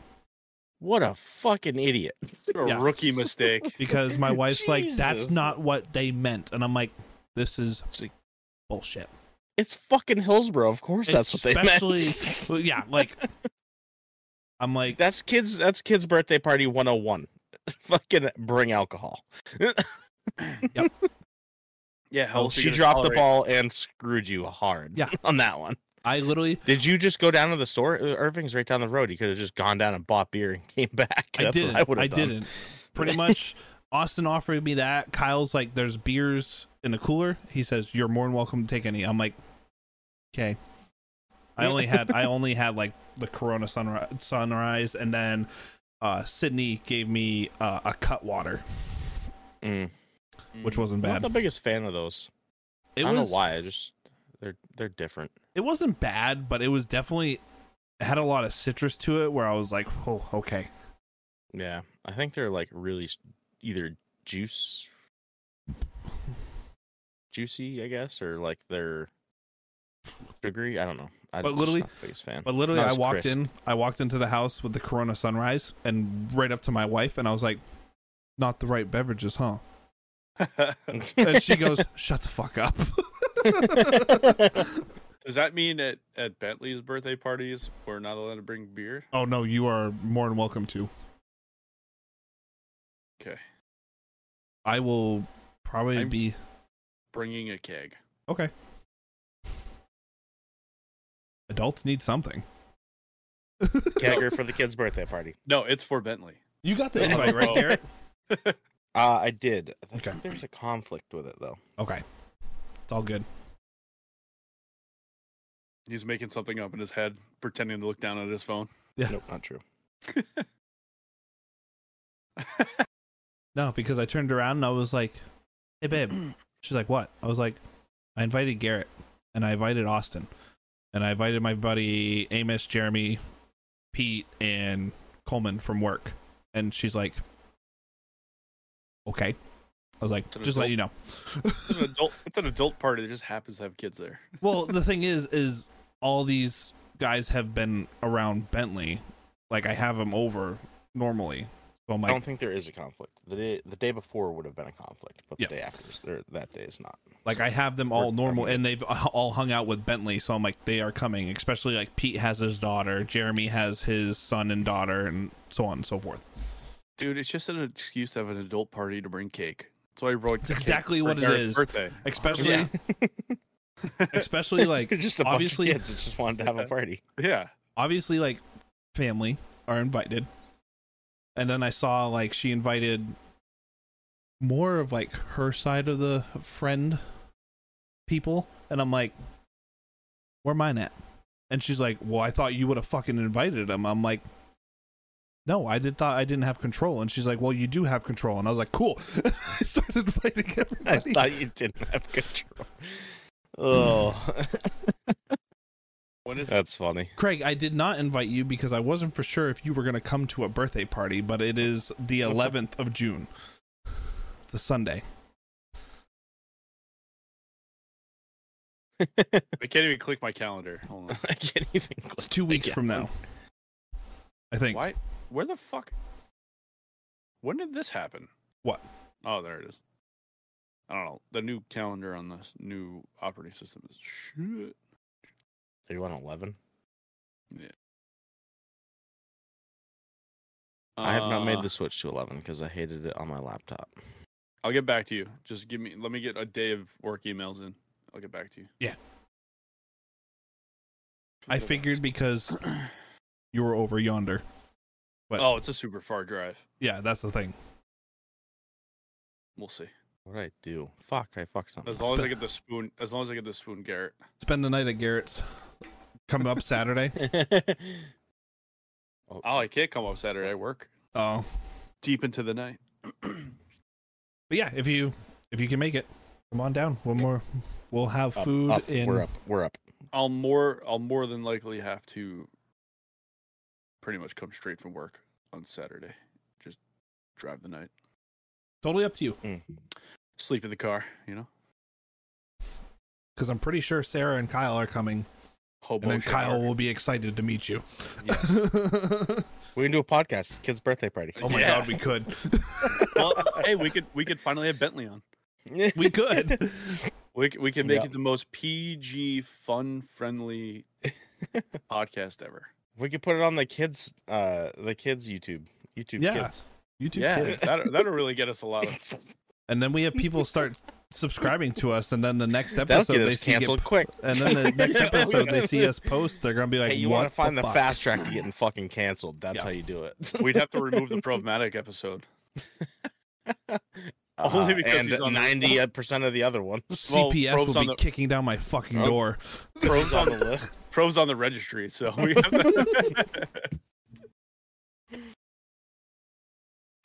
Speaker 2: What a fucking idiot.
Speaker 3: a
Speaker 4: yeah.
Speaker 3: rookie mistake.
Speaker 4: Because my wife's like, that's
Speaker 2: Jesus.
Speaker 4: not what they meant. And I'm like, this is
Speaker 2: See.
Speaker 4: bullshit.
Speaker 2: It's fucking Hillsborough. Of course, that's what they
Speaker 4: Especially-
Speaker 2: meant.
Speaker 4: Well, yeah, like, I'm like,
Speaker 2: That's kids. That's kids' birthday party 101. Fucking bring alcohol.
Speaker 3: Yeah,
Speaker 2: Oh, she dropped the ball and screwed you hard.
Speaker 4: Yeah.
Speaker 2: on that one.
Speaker 4: I literally
Speaker 2: Did you just go down to the store? Uh, Irving's right down the road. You could have just gone down and bought beer and came back.
Speaker 4: I
Speaker 2: That's
Speaker 4: didn't.
Speaker 2: What I would have done.
Speaker 4: didn't. Pretty much, Austin offered me that. Kyle's like, "There's beers in the cooler." He says, "You're more than welcome to take any." I'm like, "Okay." I only had I only had like the Corona sunri- sunrise, and then uh, Sydney gave me uh, a cut water,
Speaker 2: Mm.
Speaker 4: which wasn't
Speaker 2: I'm Not
Speaker 4: bad.
Speaker 2: the biggest fan of those.
Speaker 4: It
Speaker 2: I don't
Speaker 4: was
Speaker 2: know why. I just they're they're different.
Speaker 4: it wasn't bad, but it was definitely it had a lot of citrus to it, where I was like, "Oh, okay."
Speaker 2: Yeah, I think they're like really s- either juice, juicy, I guess, or like they're sugary. I don't know. I
Speaker 4: But
Speaker 2: just
Speaker 4: literally-
Speaker 2: not the biggest fan.
Speaker 4: But literally,
Speaker 2: Not
Speaker 4: I
Speaker 2: as
Speaker 4: walked
Speaker 2: crisp.
Speaker 4: in. I walked into the house with the Corona Sunrise, and right up to my wife, and I was like, "Not the right beverages, huh?"
Speaker 3: ball.
Speaker 4: And she goes, "Shut the fuck up."
Speaker 3: Does that mean at at Bentley's birthday parties we're not allowed to bring beer?
Speaker 4: Oh no, you are more than welcome to.
Speaker 3: Okay.
Speaker 4: I will probably
Speaker 3: I'm-
Speaker 4: be
Speaker 3: Bringing a keg.
Speaker 4: okay. Adults need something.
Speaker 2: Kegger for the kid's birthday party.
Speaker 3: No, it's for Bentley.
Speaker 4: You got the invite right,
Speaker 3: Oh.
Speaker 4: Garrett?
Speaker 2: Uh, I did. I think
Speaker 4: Okay.
Speaker 2: There's a conflict with it though.
Speaker 4: Okay, it's all good.
Speaker 3: He's making something up in his head, pretending to look down at his phone.
Speaker 2: Nope, not true.
Speaker 4: No, because I turned around and I was like, "Hey, babe." She's like, "What?" I was like, "I invited Garrett, and I invited Austin, and I invited my buddy Amos, Jeremy, Pete, and Coleman from work." And she's like, "Okay." I was like,
Speaker 3: It's an
Speaker 4: "Just let you know."
Speaker 3: It's an adult. It's an adult party that just happens to have kids there.
Speaker 4: well, the thing is, is all these guys have been around Bentley. Like I have them over normally, so I'm
Speaker 2: I
Speaker 4: like,
Speaker 2: don't think there is a conflict. The day, the day before would have been a conflict, but
Speaker 4: Yeah.
Speaker 2: the day after is- or that day is not.
Speaker 4: Like I have them all
Speaker 2: Or-
Speaker 4: normal, and they've all hung out with Bentley, so I'm like they are coming. Especially like Pete has his daughter, Jeremy has his son and daughter, and so on and so forth.
Speaker 3: Dude, it's just an excuse to have an adult party to bring cake. That's why he brought
Speaker 4: It's
Speaker 3: cake
Speaker 4: exactly
Speaker 3: for
Speaker 4: what it
Speaker 3: Gareth's
Speaker 4: is.
Speaker 3: Birthday.
Speaker 4: Especially,
Speaker 3: Yeah.
Speaker 4: especially like
Speaker 2: just a
Speaker 4: obviously-
Speaker 2: bunch of kids that just wanted to have a party.
Speaker 3: Yeah.
Speaker 4: obviously like family are invited, and then I saw like she invited more of like her side of the friend people, and I'm like, where mine at? And she's like, well, I thought you would have fucking invited him. I'm like. no, I did thought I didn't have control. And she's like, well, you do have control. And I was like, cool. I started fighting
Speaker 2: I
Speaker 4: everybody.
Speaker 2: thought you didn't have control. Oh,
Speaker 3: When is it?
Speaker 2: that's funny.
Speaker 4: Craig, I did not invite you because I wasn't for sure if you were going to come to a birthday party, but it is the 11th of June. It's a Sunday.
Speaker 3: I can't even click my calendar. Hold on.
Speaker 2: I can't even.
Speaker 4: It's
Speaker 2: click
Speaker 4: two
Speaker 2: the
Speaker 4: weeks from now.
Speaker 2: calendar.
Speaker 4: I think.
Speaker 3: Why? Where the fuck? When did this happen?
Speaker 4: What?
Speaker 3: Oh, there it is. I don't know. The new calendar on this new operating system is shit.
Speaker 2: Are you on eleven? I have not
Speaker 3: Uh,
Speaker 2: made the switch to eleven because I hated it on my laptop.
Speaker 3: I'll get back to you. Just give me. Let me get a day of work emails in. I'll get back to you.
Speaker 4: Yeah. I figured because you were over yonder. but-
Speaker 3: oh, it's a super far drive.
Speaker 4: Yeah, that's the thing.
Speaker 3: We'll see.
Speaker 2: What did I do? Fuck! I fucked something.
Speaker 3: As
Speaker 2: up.
Speaker 3: long as I get the spoon. As long as I get the spoon, Garrett.
Speaker 4: Spend the night at Garrett's. Come up Saturday.
Speaker 2: oh,
Speaker 3: Oh, I can't come up Saturday. I work
Speaker 4: Oh.
Speaker 3: deep into the night.
Speaker 4: But yeah, if you if you can make it, come on down. One more. We'll have
Speaker 2: up,
Speaker 4: food
Speaker 2: up,
Speaker 4: in
Speaker 2: We're up. We're up.
Speaker 3: I'll more. I'll more than likely have to. Pretty much come straight from work on Saturday. Just drive the night.
Speaker 4: totally up to you.
Speaker 2: Mm.
Speaker 3: Sleep in the car. You know.
Speaker 4: because I'm pretty sure Sarah and Kyle are coming,
Speaker 3: Hobo.
Speaker 4: and then
Speaker 3: shower.
Speaker 4: Kyle will be excited to meet you.
Speaker 3: Yes.
Speaker 2: We can do a podcast. Kid's birthday party.
Speaker 4: oh my
Speaker 3: Yeah.
Speaker 4: god, we could,
Speaker 3: well, hey, we could we could finally have Bentley on.
Speaker 4: we could.
Speaker 3: We c- we can make
Speaker 2: Yeah.
Speaker 3: it the most PG fun friendly podcast ever.
Speaker 2: we could put it on the kids. Uh, the kids YouTube. YouTube
Speaker 4: Yeah.
Speaker 2: kids.
Speaker 4: YouTube
Speaker 3: yeah,
Speaker 4: kids,
Speaker 3: that that'll really get us a lot of.
Speaker 4: and then we have people start subscribing to us, and then the next
Speaker 2: That'll
Speaker 4: episode
Speaker 2: get
Speaker 4: they
Speaker 2: us
Speaker 4: see, get,
Speaker 2: canceled quick.
Speaker 4: and then the next
Speaker 3: Yeah.
Speaker 4: episode they see us post, they're gonna be like,
Speaker 2: hey, you
Speaker 4: "What
Speaker 2: want to find the,
Speaker 4: fuck?"
Speaker 2: fast track to getting fucking canceled? That's
Speaker 4: Yeah.
Speaker 2: how you do it.
Speaker 3: We'd have to remove the problematic episode.
Speaker 2: Uh,
Speaker 3: because
Speaker 2: and
Speaker 3: he's on the-
Speaker 2: ninety percent of the other ones.
Speaker 3: Well,
Speaker 4: CPS will
Speaker 3: probes
Speaker 4: be
Speaker 3: on the-
Speaker 4: kicking down my fucking
Speaker 2: Oh.
Speaker 4: door.
Speaker 2: Pros on the list.
Speaker 3: Pro's on the registry, so we have to...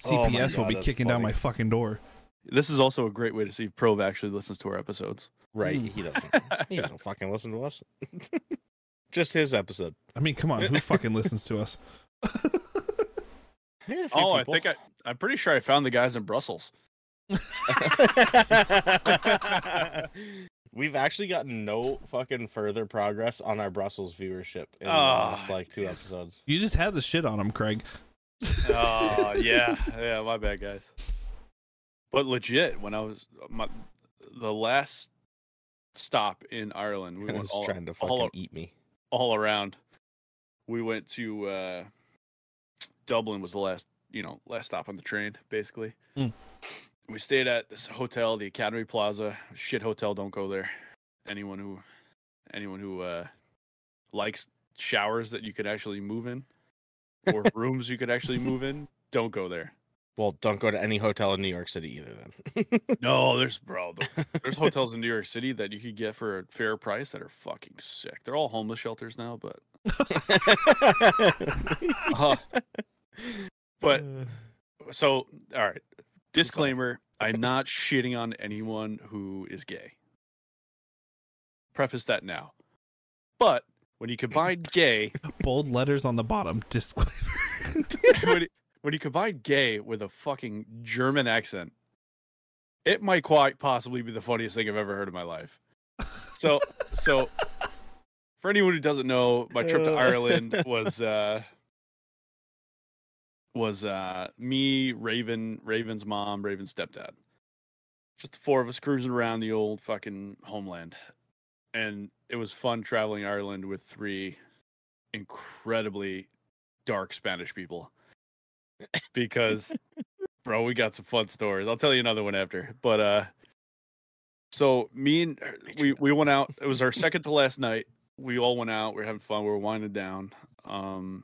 Speaker 2: Oh my
Speaker 4: CPS will
Speaker 2: God,
Speaker 4: be
Speaker 2: that's
Speaker 4: kicking down
Speaker 2: funny.
Speaker 4: my fucking door.
Speaker 3: this is also a great way to see if Prove actually listens to our episodes.
Speaker 2: Right. He doesn't. He doesn't fucking listen to us. Just his episode.
Speaker 4: I mean, come on, who fucking listens to us?
Speaker 3: Oh, I think I, I'm pretty sure I found the guys in Brussels.
Speaker 2: I. We've actually gotten no fucking further progress on our Brussels viewership in the last
Speaker 3: Ah.
Speaker 2: like two episodes.
Speaker 4: You just had the shit on him, Craig.
Speaker 3: Oh yeah, yeah, my bad, guys. But legit, when I was my the last stop in Ireland. We
Speaker 2: I
Speaker 3: went
Speaker 2: was
Speaker 3: all,
Speaker 2: trying to fucking
Speaker 3: all o-
Speaker 2: eat me.
Speaker 3: all around. We went to uh, Dublin was the last, you know, last stop on the train, basically.
Speaker 5: Mm.
Speaker 3: We stayed at this hotel, the Academy Plaza. Shit hotel, don't go there. Anyone who anyone who uh likes showers that you could actually move in or rooms you could actually move in, don't go there.
Speaker 2: Well, don't go to any hotel in New York City either. Then
Speaker 3: No, there's bro, the- there's hotels in New York City that you could get for a fair price that are fucking sick. They're all homeless shelters now, but uh, but
Speaker 2: Uh.
Speaker 3: so all right disclaimer i'm not shitting on anyone who is gay preface that now but when you combine gay
Speaker 4: Bold letters on the bottom. Disclaimer.
Speaker 3: when, when you combine gay with a fucking german accent it might quite possibly be the funniest thing i've ever heard in my life so so for anyone who doesn't know my trip to
Speaker 2: Uh.
Speaker 3: ireland was uh was uh me raven raven's mom raven's stepdad just the four of us cruising around the old fucking homeland and it was fun traveling ireland with three incredibly dark spanish people because bro we got some fun stories i'll tell you another one after but uh so me and we we went out it was our second to last night we all went out we were having fun we were winding down um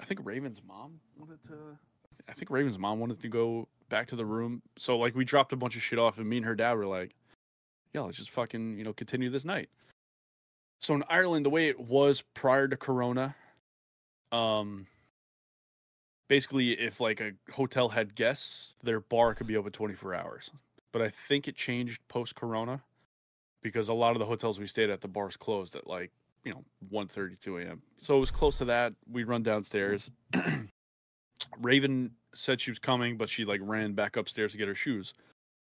Speaker 3: i think raven's mom wanted to i think raven's mom wanted to go back to the room so like we dropped a bunch of shit off and me and her dad were like yeah let's just fucking you know continue this night so in ireland the way it was prior to corona um basically if like a hotel had guests their bar could be open 24 hours but i think it changed post corona because a lot of the hotels we stayed at the bars closed at like you know 1.32 a.m so it was close to that we run downstairs raven said she was coming but she like ran back upstairs to get her shoes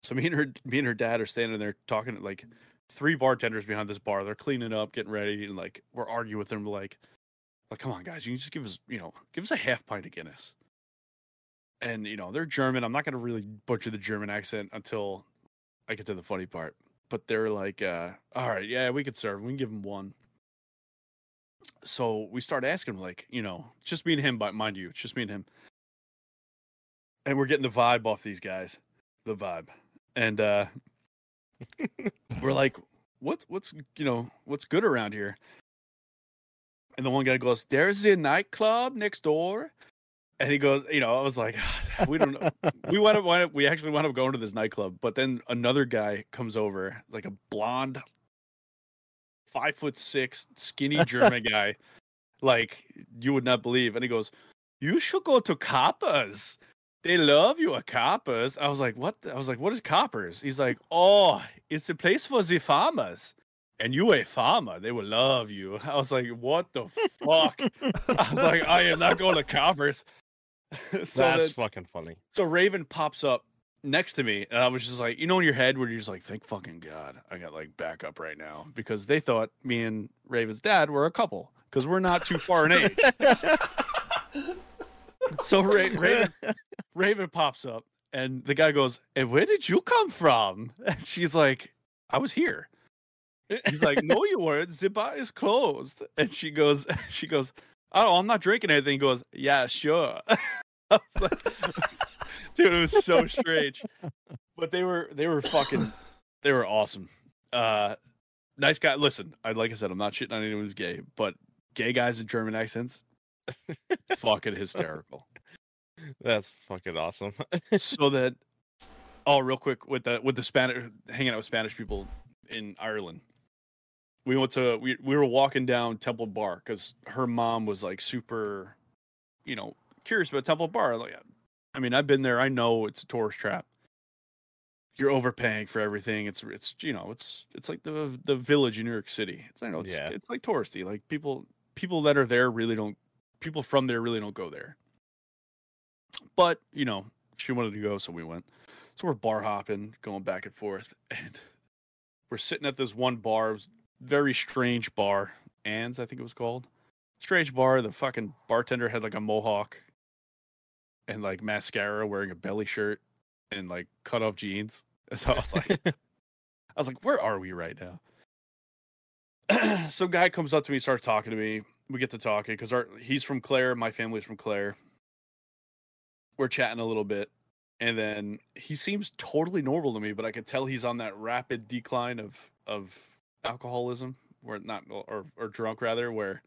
Speaker 3: so me and her me and her dad are standing there talking to like three bartenders behind this bar they're cleaning up getting ready and like we're arguing with them like like come on guys you can just give us you know give us a half pint of guinness and you know they're german i'm not going to really butcher the german accent until i get to the funny part but they're like uh all right yeah we could serve 'em. we can give them one so we start asking him like you know it's just me and him but mind you it's just me and him and we're getting the vibe off these guys the vibe and uh we're like what what's you know what's good around here and the one guy goes, "There's a nightclub next door," and he goes, "You know, I was like, we don't. know." We went up, went up- we actually wound up going to this nightclub, but then another guy comes over, like a blonde, five foot six, skinny German guy, like you would not believe, and he goes, "You should go to Coppers." They love you at Coppers. I was like, what? the- I was like, what is Coppers? He's like, oh, it's a place for the farmers and you a farmer, they will love you. I was like, what the fuck? I was like, I am not going to Coppers. so,
Speaker 2: That's
Speaker 3: then-
Speaker 2: fucking funny.
Speaker 3: so Raven pops up next to me, and I was just like, you know, in your head where you're just like, thank fucking God I got like back up right now because they thought me and Raven's dad were a couple because we're not too far in age. so Ra- Raven, Raven pops up, and the guy goes, and where did you come from? And she's like, I was here. He's like, no, you weren't. The bar is closed. And she goes, she goes, oh, I'm not drinking anything. He goes, yeah, sure. I was like, dude, it was so strange. But they were, they were fucking, they were awesome. Uh, nice guy. Listen, I like I said, I'm not shitting on anyone who's gay, but gay guys in German accents, fucking hysterical.
Speaker 2: That's fucking awesome.
Speaker 3: so that oh real quick with the with the spanish hanging out with spanish people in ireland we went to we, we were walking down temple bar because her mom was like super you know curious about temple bar like i mean i've been there i know it's a tourist trap you're overpaying for everything it's it's you know it's it's like the the village in new york city it's i know it's,
Speaker 2: Yeah.
Speaker 3: it's like touristy like people people that are there really don't people from there really don't go there but you know she wanted to go, so we went. So we're bar hopping, going back and forth, and we're sitting at this one bar. It was a very strange bar, Ann's, I think it was called. Strange bar. The fucking bartender had like a mohawk and like mascara, wearing a belly shirt and like cut off jeans. And so I was like, I was like, where are we right now? so guy comes up to me, starts talking to me. We get to talking because our he's from Claire, my family's from Claire. We're chatting a little bit, and then he seems totally normal to me, but I could tell he's on that rapid decline of of alcoholism, where not or or drunk rather, where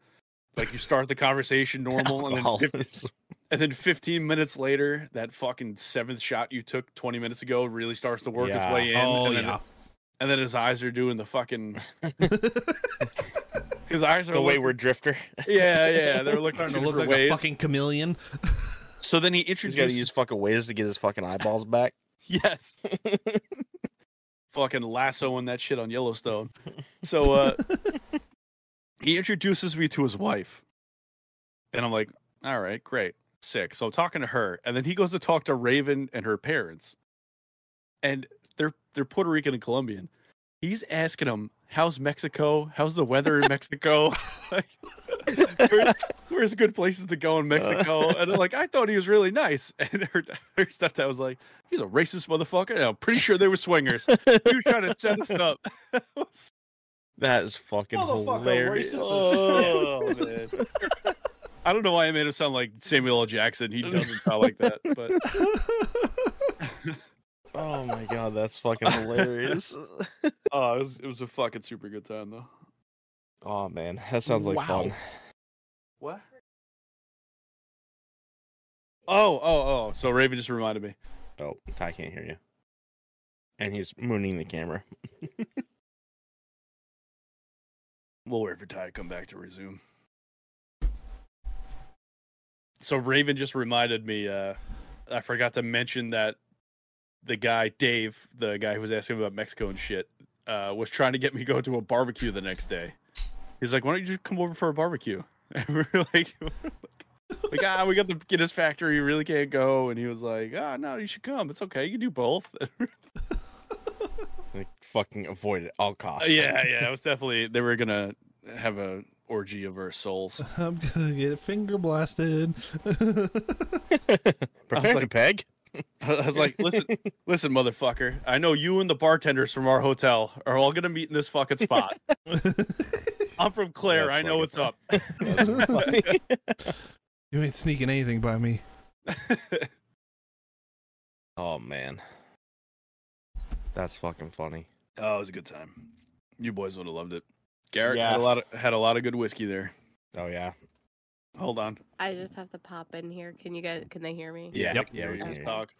Speaker 3: like you start the conversation normal, and then 50,
Speaker 2: Alcoholism.
Speaker 3: and then 15 minutes later, that fucking seventh shot you took 20 minutes ago really starts to work its
Speaker 2: Yeah.
Speaker 3: way in.
Speaker 4: oh
Speaker 3: and, then,
Speaker 4: yeah.
Speaker 3: and then his eyes are doing the fucking. his eyes are
Speaker 2: the
Speaker 3: looking-
Speaker 2: wayward drifter.
Speaker 3: Yeah, yeah. They're looking
Speaker 4: Starting
Speaker 3: two
Speaker 4: to look like
Speaker 3: different
Speaker 4: a
Speaker 3: ways.
Speaker 4: fucking chameleon.
Speaker 3: So then he
Speaker 2: He's got to
Speaker 3: introduces.
Speaker 2: use fucking ways to get his fucking eyeballs back.
Speaker 3: Yes. fucking lassoing that shit on Yellowstone. So uh he introduces me to his wife. And I'm like, all right, great. Sick. So I'm talking to her. And then he goes to talk to Raven and her parents. And they're they're Puerto Rican and Colombian. He's asking them, how's Mexico? How's the weather in Mexico? Like, where's, where's good places to go in Mexico? And like, I thought he was really nice. And her, her stepdad was like, he's a racist motherfucker. And I'm pretty sure they were swingers. he was trying to set us up.
Speaker 2: That is fucking
Speaker 4: Motherfucker,
Speaker 2: hilarious.
Speaker 4: racist
Speaker 2: Oh, man.
Speaker 3: I don't know why I made him sound like Samuel L. Jackson. He doesn't sound like that, but
Speaker 2: Oh my god, that's fucking hilarious.
Speaker 3: oh, it was, it was a fucking super good time though.
Speaker 2: oh man, that sounds like fun.
Speaker 3: What? Oh, oh, oh! So Raven just reminded me.
Speaker 2: Oh, Ty can't hear you. And he's mooning the camera.
Speaker 3: We'll wait for Ty to come back to resume. So Raven just reminded me. Uh, I forgot to mention that the guy Dave, the guy who was asking about Mexico and shit, uh, was trying to get me to go to a barbecue the next day. He's like, "Why don't you just come over for a barbecue?" And we're like, "Like ah, we got the Guinness factory. You really can't go." And he was like, "Ah, no, you should come. It's okay. You can do both."
Speaker 2: Like fucking avoid it at all costs.
Speaker 3: yeah, yeah. It was definitely they were gonna have a orgy of our souls.
Speaker 4: I'm gonna get finger blasted.
Speaker 2: Prepare to
Speaker 3: like-
Speaker 2: peg.
Speaker 3: I was like, listen, listen, motherfucker. I know you and the bartenders from our hotel are all gonna meet in this fucking spot. I'm from Claire.
Speaker 2: That's
Speaker 3: I know
Speaker 2: fucking
Speaker 3: what's up.
Speaker 2: That's funny.
Speaker 4: you ain't sneaking anything by me.
Speaker 2: oh man. That's fucking funny.
Speaker 3: Oh, it was a good time. You boys would have loved it. Garrett
Speaker 2: Yeah.
Speaker 3: had a lot of had a lot of good whiskey there.
Speaker 2: Oh yeah.
Speaker 3: Hold on.
Speaker 1: I just have to pop in here. Can you guys? Can they hear me?
Speaker 2: Yeah.
Speaker 4: Yep.
Speaker 2: Yeah,
Speaker 3: Here,
Speaker 2: we
Speaker 3: you
Speaker 2: can
Speaker 1: Okay.
Speaker 3: just
Speaker 2: hear you.
Speaker 3: talk.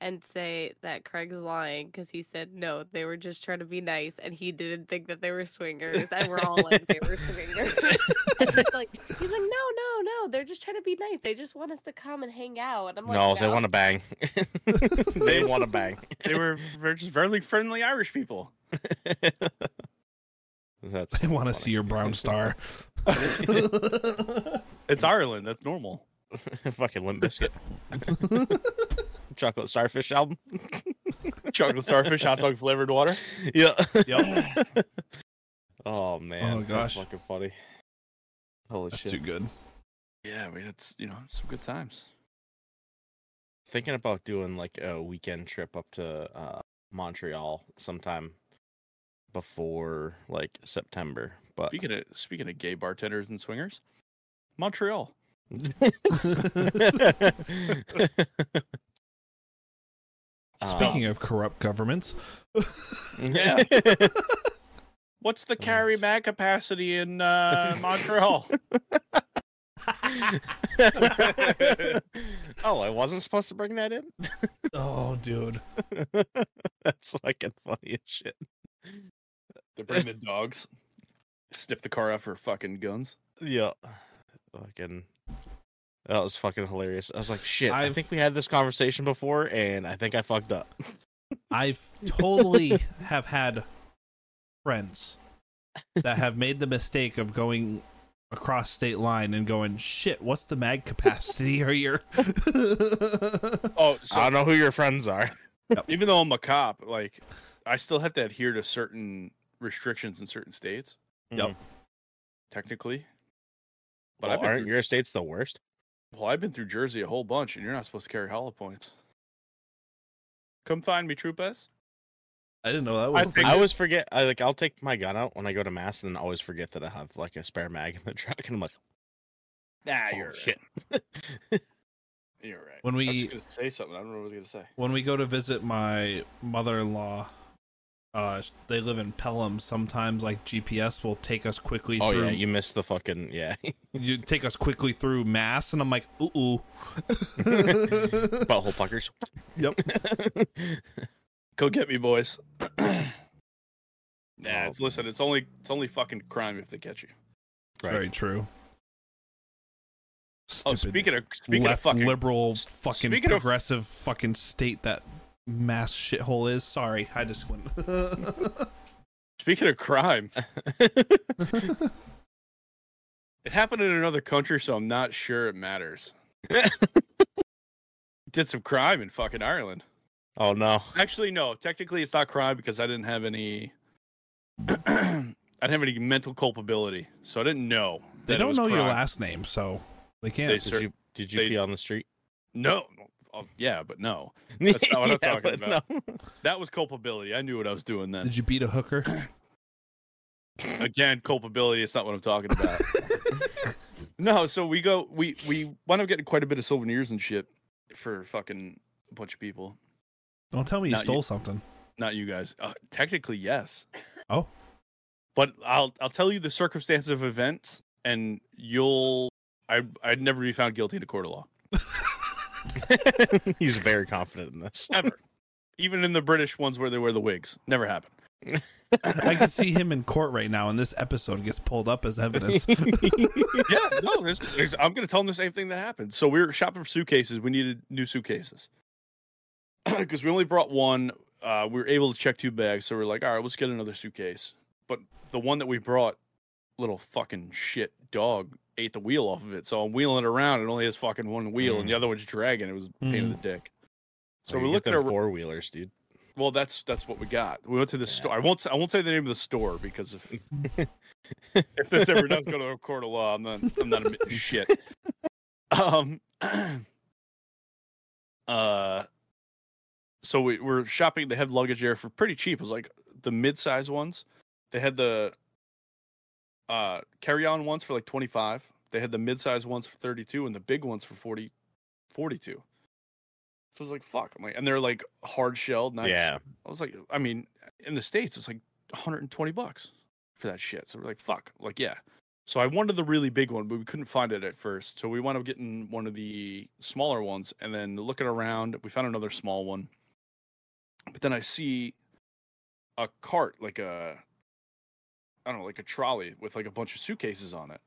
Speaker 1: And say that Craig's lying because he said no. They were just trying to be nice, and he didn't think that they were swingers. And we're all like, they were swingers. And he's like, he's like, no, no, no. They're just trying to be nice. They just want us to come and hang out. And I'm like,
Speaker 2: no, they want to bang. they want to bang.
Speaker 3: They were they're just very friendly Irish people.
Speaker 2: That's
Speaker 4: I
Speaker 2: fucking
Speaker 4: want to
Speaker 2: funny.
Speaker 4: see your brown star.
Speaker 3: It's Ireland. That's normal.
Speaker 2: fucking limp biscuit. Chocolate starfish album.
Speaker 3: Chocolate starfish, hot dog flavored water.
Speaker 2: Yeah.
Speaker 3: Yep.
Speaker 2: oh man.
Speaker 4: gosh.
Speaker 2: That's fucking funny. Holy
Speaker 4: That's
Speaker 2: shit.
Speaker 4: too good.
Speaker 3: Yeah, we had s- you know some good times.
Speaker 2: Thinking about doing like a weekend trip up to uh, Montreal sometime before like September, but
Speaker 3: Speaking of speaking of gay bartenders and swingers, Montreal.
Speaker 4: Speaking of corrupt governments,
Speaker 2: Um, yeah,
Speaker 3: What's the
Speaker 2: Oh.
Speaker 3: carry bag capacity in uh, Montreal?
Speaker 2: oh, I wasn't supposed to bring that in.
Speaker 4: oh dude,
Speaker 2: That's fucking funny as shit.
Speaker 3: they bring the dogs. Sniff the car out for fucking guns.
Speaker 2: Yeah. Fucking. That was fucking hilarious. I was like, shit, i
Speaker 4: I've-
Speaker 2: think we had this conversation before and I think I fucked up.
Speaker 4: I've totally have had friends that have made the mistake of going across state line and going, shit, what's the mag capacity here?
Speaker 3: Oh,
Speaker 2: I
Speaker 3: so
Speaker 2: don't know who your friends are.
Speaker 3: even though I'm a cop, like I still have to adhere to certain restrictions in certain states.
Speaker 2: Yep.
Speaker 3: Technically. But
Speaker 2: But
Speaker 3: I've been
Speaker 2: aren't
Speaker 3: through-
Speaker 2: your states the worst?
Speaker 3: Well, I've been through Jersey a whole bunch, and you're not supposed to carry hollow points. Come find me, troopas.
Speaker 4: I didn't know that
Speaker 2: I,
Speaker 4: was.
Speaker 2: always forget. I like. I'll take my gun out when I go to mass, and then always forget that I have like a spare mag in the truck, and I'm like,
Speaker 3: Nah,
Speaker 2: oh,
Speaker 3: you're
Speaker 2: shit.
Speaker 3: Right. You're right.
Speaker 4: When
Speaker 3: I was
Speaker 4: we
Speaker 3: gonna say something. I don't know what I was gonna say.
Speaker 4: when we go to visit my mother-in-law uh they live in pelham sometimes like gps will take us quickly
Speaker 2: oh
Speaker 4: through
Speaker 2: yeah, you missed the fucking yeah.
Speaker 4: you take us quickly through mass and i'm like ooh ooh
Speaker 2: Butthole puckers.
Speaker 4: Yep.
Speaker 3: Go get me, boys.
Speaker 2: Oh,
Speaker 3: Nah, it's, listen, it's only it's only fucking crime if they catch you.
Speaker 2: Right.
Speaker 4: very true
Speaker 3: Oh,
Speaker 4: Stupid
Speaker 3: speaking of speaking
Speaker 4: left
Speaker 3: of fucking
Speaker 4: liberal fucking
Speaker 3: speaking of-
Speaker 4: progressive fucking state that mass shithole is sorry i just went
Speaker 3: speaking of crime, it happened in another country, so I'm not sure it matters. Did some crime in fucking Ireland.
Speaker 2: oh no.
Speaker 3: Actually, no. Technically, it's not crime because I didn't have any. I didn't have any mental culpability, so I didn't know. that
Speaker 4: they
Speaker 3: it
Speaker 4: don't
Speaker 3: was
Speaker 4: know your
Speaker 3: crime.
Speaker 4: last name so they can't
Speaker 3: They
Speaker 2: Did
Speaker 3: cer-
Speaker 2: you did you
Speaker 3: they-
Speaker 2: pee on the street?
Speaker 3: No. Oh, yeah, but no. That's not what I'm talking
Speaker 2: but
Speaker 3: about.
Speaker 2: no.
Speaker 3: That was culpability. I knew what I was doing then.
Speaker 4: did you beat a hooker
Speaker 3: Again, culpability. It's not what I'm talking about. no, so we go. We we wound up getting quite a bit of souvenirs and shit for fucking a bunch of people.
Speaker 4: don't tell me you
Speaker 3: Not you.
Speaker 4: stole something
Speaker 3: Not you guys. Uh, technically, yes.
Speaker 4: Oh.
Speaker 3: But I'll I'll tell you the circumstances of events, and you'll I I'd never be found guilty in a court of law
Speaker 2: He's very confident in this.
Speaker 3: ever. Even in the British ones where they wear the wigs, never happened.
Speaker 4: I can see him in court right now, and this episode gets pulled up as evidence.
Speaker 3: yeah, no, there's, there's, I'm going to tell them the same thing that happened. So we were shopping for suitcases. We needed new suitcases because we only brought one. Uh, we were able to check two bags, so we're like, all right, let's get another suitcase. But the one that we brought, little fucking shit dog ate the wheel off of it. So I'm wheeling it around. It only has fucking one wheel, and the other one's dragging. It was a pain in the dick. So
Speaker 2: Like, Mm. you
Speaker 3: we're
Speaker 2: get
Speaker 3: looking
Speaker 2: them
Speaker 3: around.
Speaker 2: four wheelers, dude.
Speaker 3: Well, that's that's what we got. We went to the store. I won't s- I won't say the name of the store because if if this ever does go to a court of law, I'm not I'm not admitting shit. Um, uh, so we we're shopping. They had luggage there for pretty cheap. It was like the mid size ones. They had the uh carry on ones for like twenty five. They had the mid size ones for thirty two, and the big ones for 40, 42. So I was like, "Fuck!" I'm like, and they're like hard shelled. Nice.
Speaker 2: Yeah.
Speaker 3: I was like, I mean, in the states, it's like 120 bucks for that shit. So we're like, fuck, like yeah. So I wanted the really big one, but we couldn't find it at first. So we wound up getting one of the smaller ones, and then looking around, we found another small one. But then I see a cart, like a, I don't know, like a trolley with like a bunch of suitcases on it.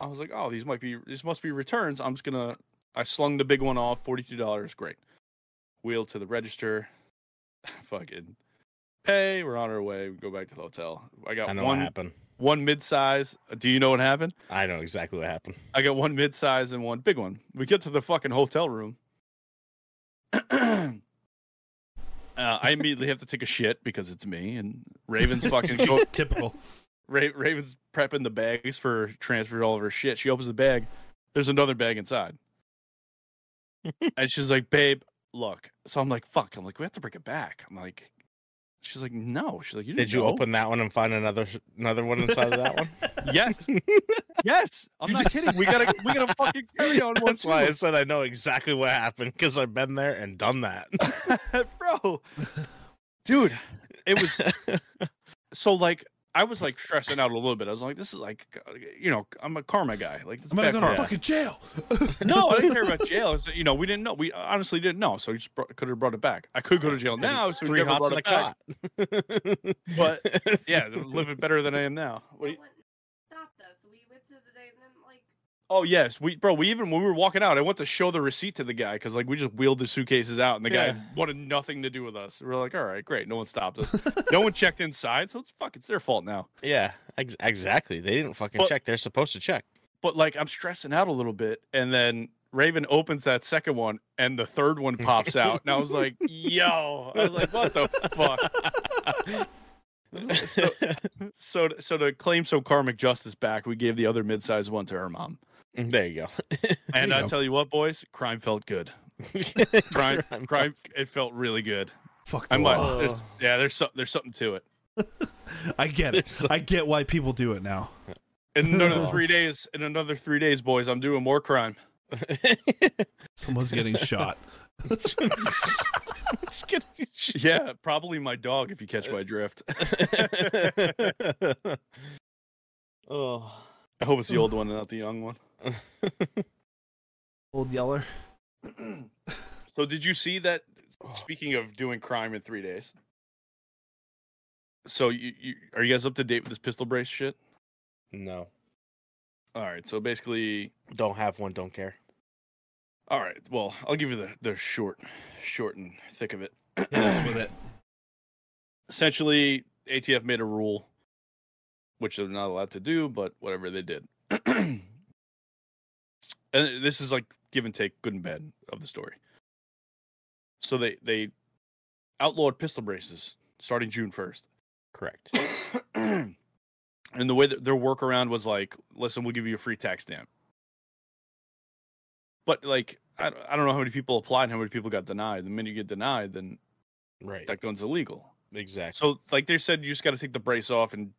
Speaker 3: I was like, oh, these might be, these must be returns. I'm just gonna, I slung the big one off, forty-two dollars, great. Wheel to the register, fucking pay. We're on our way. We go back to the hotel. I got
Speaker 2: I know
Speaker 3: one
Speaker 2: what happened.
Speaker 3: one mid-size. uh, Do you know what happened?
Speaker 2: I know exactly what happened.
Speaker 3: I got one mid-size and one big one. We get to the fucking hotel room. uh, I immediately have to take a shit because it's me and Raven's fucking go-
Speaker 4: Typical.
Speaker 3: Ra- Raven's prepping the bags for transfer all of her shit. She opens the bag. There's another bag inside. and she's like, "Babe, look." So I'm like, "Fuck." I'm like, "We have to bring it back." I'm like She's like, "No." She's like, "You didn't
Speaker 2: Did you
Speaker 3: know?"
Speaker 2: open that one and find another another one inside of that one?
Speaker 3: Yes. yes. I'm not kidding. We got to we got to fucking carry on one
Speaker 2: That's why I
Speaker 3: too.
Speaker 2: said I know exactly what happened because I've been there and done that.
Speaker 3: bro dude it was so like i was like stressing out a little bit i was like this is like uh, you know i'm a karma guy like this
Speaker 4: I'm gonna
Speaker 3: bad
Speaker 4: go to
Speaker 3: karma.
Speaker 4: fucking jail.
Speaker 3: no i didn't care about jail it's, you know we didn't know we honestly didn't know so we just brought, could have brought it back i could go to jail now so we
Speaker 2: Three
Speaker 3: never
Speaker 2: hots
Speaker 3: brought
Speaker 2: in a
Speaker 3: it back.
Speaker 2: cot. but
Speaker 3: yeah they're living better than i am now What do you-
Speaker 1: Stop though. So we went to the day and then like
Speaker 3: oh yes we bro we even when we were walking out i went to show the receipt to the guy because like we just wheeled the suitcases out and the guy
Speaker 2: Yeah.
Speaker 3: wanted nothing to do with us we're like all right great no one stopped us no one checked inside so it's fuck it's their fault now
Speaker 2: yeah, ex- exactly. They didn't fucking
Speaker 3: But-
Speaker 2: check. They're supposed to check.
Speaker 3: but like I'm stressing out a little bit, and then Raven opens that second one, and the third one pops out, and I was like, "Yo!" I was like, "What the fuck?" So, so, so to claim some karmic justice back, we gave the other mid-sized one to her mom,
Speaker 2: there you
Speaker 3: and
Speaker 4: you
Speaker 3: I
Speaker 4: go.
Speaker 3: tell you what, boys, crime felt good.
Speaker 2: go.
Speaker 3: Crime, crime, it felt really good.
Speaker 4: Fuck the
Speaker 3: I might.
Speaker 4: law.
Speaker 3: There's, yeah, there's some, there's something to it.
Speaker 4: I get it.
Speaker 2: There's-
Speaker 4: I get why people do it now.
Speaker 3: In another
Speaker 2: Oh.
Speaker 3: three days, in another three days, boys, I'm doing more crime.
Speaker 4: Someone's getting shot.
Speaker 2: it's gonna be shit.
Speaker 3: Yeah, probably my dog if you catch my drift.
Speaker 2: oh.
Speaker 3: I hope it's the old one and not the young one.
Speaker 4: Old Yeller.
Speaker 3: So did you see that? Speaking of doing crime in three days, so you, you are you guys up to date with this pistol brace shit?
Speaker 2: No.
Speaker 3: All right, so basically,
Speaker 2: Don't have one, don't care.
Speaker 3: all right. Well, I'll give you the the short, short and thick of it.
Speaker 4: with it.
Speaker 3: essentially ATF made a rule, which they're not allowed to do, but whatever they did. and this is like give and take, good and bad of the story. So they they outlawed pistol braces starting June first.
Speaker 2: Correct.
Speaker 3: and the way that their workaround was like, listen, we'll give you a free tax stamp. But like, I, don't- I don't know how many people applied and how many people got denied. The minute you get denied, then
Speaker 2: Right.
Speaker 3: that gun's illegal.
Speaker 2: exactly.
Speaker 3: So, like they said, you just got to take the brace off and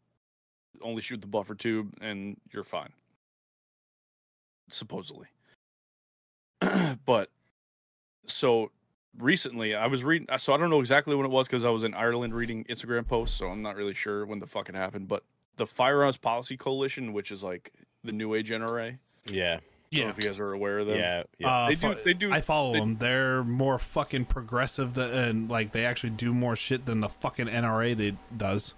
Speaker 3: only shoot the buffer tube, and you're fine. Supposedly. but so recently, I was reading. uh, So I don't know exactly when it was because I was in Ireland reading Instagram posts. So I'm not really sure when the fuck it happened. But the Firearms Policy Coalition, which is like the New Age NRA,
Speaker 2: Yeah.
Speaker 3: I don't know
Speaker 4: Yeah.
Speaker 3: if you guys are aware of them.
Speaker 2: Yeah. Yeah.
Speaker 4: Uh,
Speaker 3: They do.
Speaker 4: fu-
Speaker 3: They do.
Speaker 4: I follow
Speaker 3: they-
Speaker 4: them. They're more fucking progressive than, and like they actually do more shit than the fucking NRA they does.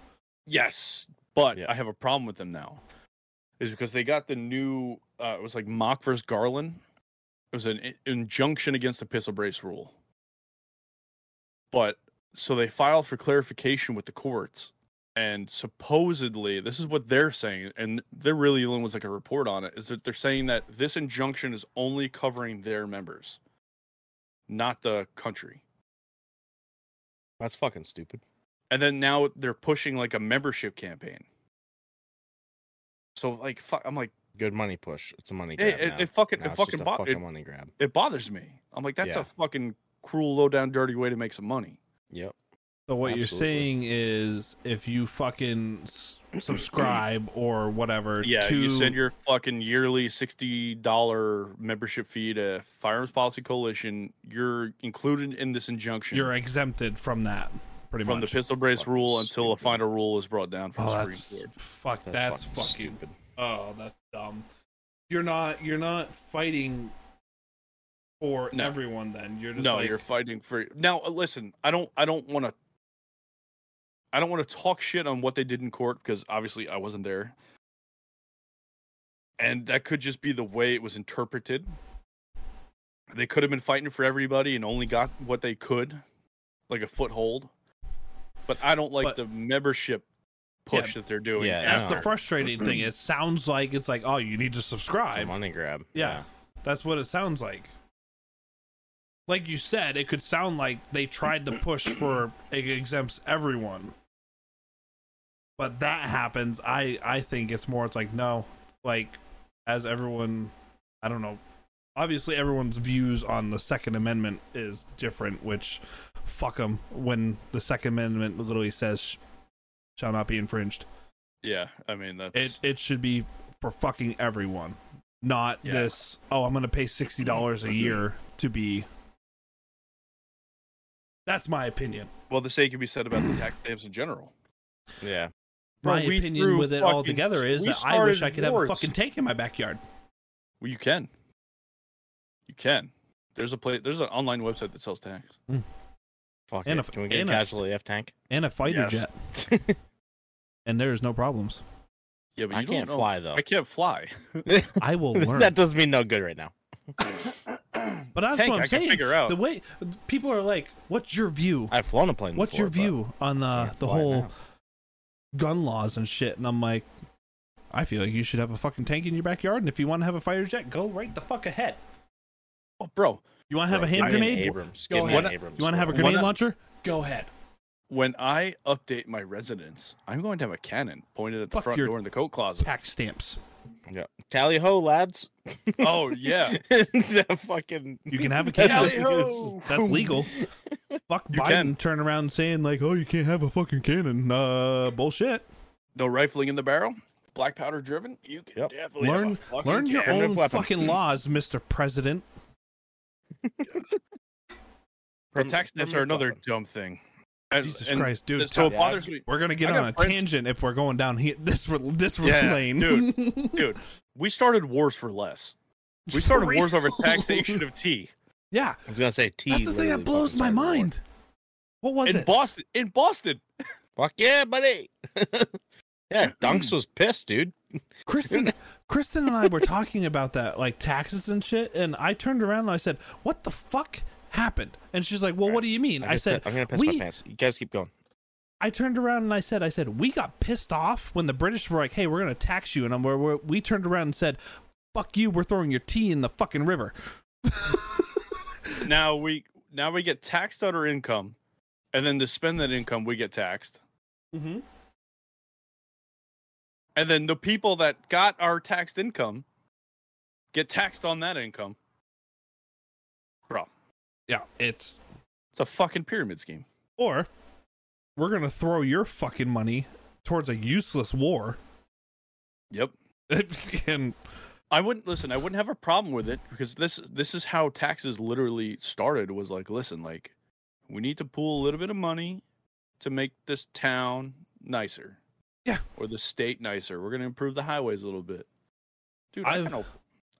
Speaker 3: Yes, but
Speaker 2: Yeah.
Speaker 3: I have a problem with them now. Is because they got the new uh, it was like Mock versus Garland. It was an i- injunction against the pistol brace rule. But so they filed for clarification with the courts, and supposedly this is what they're saying, and they're really the only ones that can report on it. Is that they're saying that this injunction is only covering their members, not the country.
Speaker 2: That's fucking stupid.
Speaker 3: and then now they're pushing like a membership campaign. So like fuck, I'm like
Speaker 2: Good money push. It's a money grab.
Speaker 3: it, it,
Speaker 2: now.
Speaker 3: it fucking
Speaker 2: Now
Speaker 3: it
Speaker 2: it's just
Speaker 3: fucking,
Speaker 2: a
Speaker 3: bo-
Speaker 2: fucking
Speaker 3: it,
Speaker 2: money grab.
Speaker 3: it bothers me. I'm like that's
Speaker 2: Yeah.
Speaker 3: a fucking cruel, low down, dirty way to make some money.
Speaker 2: Yep.
Speaker 4: So what you're
Speaker 2: Absolutely.
Speaker 4: saying is, if you fucking s- subscribe or whatever, to
Speaker 3: you send your fucking yearly sixty dollar membership fee to Firearms Policy Coalition. You're included in this injunction
Speaker 4: you're exempted from that. Pretty
Speaker 3: from the
Speaker 4: much.
Speaker 3: pistol brace
Speaker 2: Fucking
Speaker 3: rule until a
Speaker 2: stupid.
Speaker 3: final rule is brought down from
Speaker 4: oh,
Speaker 3: the
Speaker 4: that's
Speaker 3: Supreme Court.
Speaker 4: fuck. That's, fucking
Speaker 2: stupid.
Speaker 4: Oh, that's dumb. You're not you're not fighting for
Speaker 3: No.
Speaker 4: everyone then. You're just
Speaker 3: no
Speaker 4: like
Speaker 3: you're fighting for now uh, listen i don't i don't want to i don't want to talk shit on what they did in court because obviously i wasn't there and that could just be the way it was interpreted they could have been fighting for everybody and only got what they could like a foothold but i don't like
Speaker 4: But-
Speaker 3: the membership push that they're doing
Speaker 2: Yeah,
Speaker 4: that's the
Speaker 3: after.
Speaker 4: frustrating thing. It sounds like it's like, oh, you need to
Speaker 2: It's a
Speaker 4: subscribe.
Speaker 2: money grab.
Speaker 4: Yeah. That's what it sounds like. Like you said, it could sound like they tried to push for it exempts everyone. But that happens. I I think it's more it's like no, like as everyone I don't know. Obviously everyone's views on the second amendment is different, which fuck them when the second amendment literally says sh- shall not be infringed
Speaker 3: yeah i mean that's
Speaker 4: it it should be for fucking everyone not
Speaker 3: Yeah.
Speaker 4: this oh i'm gonna pay $60 a year to be that's my opinion
Speaker 3: well the same can be said about the tax stamps in general
Speaker 2: Yeah. Yeah.
Speaker 3: Bro,
Speaker 4: my
Speaker 3: we
Speaker 4: opinion
Speaker 3: threw
Speaker 4: with it
Speaker 3: fucking-
Speaker 4: all together is
Speaker 3: we
Speaker 4: that i wish
Speaker 3: started
Speaker 4: i could have a
Speaker 3: wars.
Speaker 4: fucking tank in my backyard
Speaker 3: Well, you can. You can. There's a play. There's an online website that sells tanks.
Speaker 2: Fuck
Speaker 4: And
Speaker 2: it.
Speaker 4: a-
Speaker 2: Can we get
Speaker 4: and
Speaker 2: a
Speaker 4: a-
Speaker 2: casualty F tank?
Speaker 4: and a fighter
Speaker 3: Yes.
Speaker 4: jet and there's no problems
Speaker 3: Yeah, but you
Speaker 2: I
Speaker 3: don't
Speaker 2: can't
Speaker 3: know-
Speaker 2: fly though.
Speaker 3: I can't fly.
Speaker 4: i will learn
Speaker 2: that doesn't mean no good right now.
Speaker 4: but that's
Speaker 3: tank,
Speaker 4: what i'm
Speaker 3: I can
Speaker 4: saying
Speaker 3: figure out.
Speaker 4: the way people are like what's your view
Speaker 2: I've flown a plane.
Speaker 4: what's your
Speaker 2: before,
Speaker 4: view on
Speaker 2: but
Speaker 4: the
Speaker 2: can't
Speaker 4: the
Speaker 2: fly
Speaker 4: whole
Speaker 2: now.
Speaker 4: gun laws and shit. And I'm like, I feel like you should have a fucking tank in your backyard. And if you want to have a fighter jet, go right the fuck ahead.
Speaker 3: oh, bro,
Speaker 4: You want to have
Speaker 2: Right,
Speaker 4: a hand
Speaker 2: give me an
Speaker 4: grenade?
Speaker 2: Abrams.
Speaker 4: Go
Speaker 2: Give me
Speaker 4: ahead.
Speaker 2: an Abrams.
Speaker 4: You want to have a
Speaker 2: bro.
Speaker 3: Why
Speaker 4: grenade
Speaker 3: not?
Speaker 4: launcher? Go ahead.
Speaker 3: when I update my residence, I'm going to have a cannon pointed at the
Speaker 4: Fuck
Speaker 3: front
Speaker 4: your-
Speaker 3: door in the coat closet.
Speaker 4: Tax stamps.
Speaker 2: Yeah. Tally ho, lads.
Speaker 3: oh yeah,
Speaker 2: that fucking.
Speaker 4: You can have a
Speaker 3: Tally
Speaker 4: cannon.
Speaker 3: ho!
Speaker 4: That's legal. fuck
Speaker 3: You
Speaker 4: Biden
Speaker 3: can.
Speaker 4: turn around saying like, "Oh, you can't have a fucking cannon." Uh, bullshit.
Speaker 3: No rifling in the barrel. Black powder driven. You can
Speaker 2: Yep.
Speaker 3: definitely have a
Speaker 4: Learn,
Speaker 3: fucking
Speaker 4: learn your
Speaker 3: cannon.
Speaker 4: own
Speaker 2: weapon.
Speaker 3: Mm.
Speaker 4: fucking laws, Mister President.
Speaker 2: Perm-
Speaker 3: Tax stamps are
Speaker 2: permanent
Speaker 3: another
Speaker 2: weapon.
Speaker 3: dumb thing. And-
Speaker 4: Jesus
Speaker 3: and
Speaker 4: Christ, dude.
Speaker 3: th- So it
Speaker 2: Yeah,
Speaker 3: bothers me,
Speaker 4: we're gonna get
Speaker 3: I
Speaker 4: on
Speaker 3: got
Speaker 4: a
Speaker 3: friends-
Speaker 4: tangent if we're going down here. This re- this re-
Speaker 3: Yeah,
Speaker 4: lane,
Speaker 3: dude. dude. We started wars for less. We started
Speaker 4: For
Speaker 3: wars over
Speaker 4: real.
Speaker 3: taxation of tea.
Speaker 4: yeah,
Speaker 2: I was gonna say T.
Speaker 4: that's the thing that
Speaker 2: literally
Speaker 4: blows
Speaker 2: fucking started
Speaker 4: my
Speaker 2: the war.
Speaker 4: mind. What was
Speaker 3: in
Speaker 4: it?
Speaker 3: Boston. In Boston.
Speaker 2: Fuck yeah, buddy. yeah, Dunks was pissed, dude.
Speaker 4: Kristen, Kristen and I were talking about that, like taxes and shit, and I turned around and I said, "What the fuck happened?" And she's like, "Well, what do you mean?"
Speaker 2: I'm
Speaker 4: I
Speaker 2: gonna
Speaker 4: said,
Speaker 2: pi- I'm gonna piss
Speaker 4: we-
Speaker 2: my pants. You guys keep going.
Speaker 4: I turned around and I said, I said, we got pissed off when the British were like, hey, we're going to tax you. And I'm, we're, we're- we turned around and said, fuck you, we're throwing your tea in the fucking river.
Speaker 3: Now we now we get taxed on our income, and then to spend that income we get taxed.
Speaker 4: Mm-hmm.
Speaker 3: And then the people that got our taxed income get taxed on that income. Bro,
Speaker 4: Yeah, it's,
Speaker 3: it's a fucking pyramid scheme.
Speaker 4: or we're going to throw your fucking money towards a useless war.
Speaker 3: Yep.
Speaker 4: and
Speaker 3: I wouldn't listen. I wouldn't have a problem with it because this this is how taxes literally started. Was like, listen, like, we need to pool a little bit of money to make this town nicer.
Speaker 4: Yeah.
Speaker 3: Or the state nicer. We're gonna improve the highways a little bit. Dude, I
Speaker 4: I've-
Speaker 3: got, no,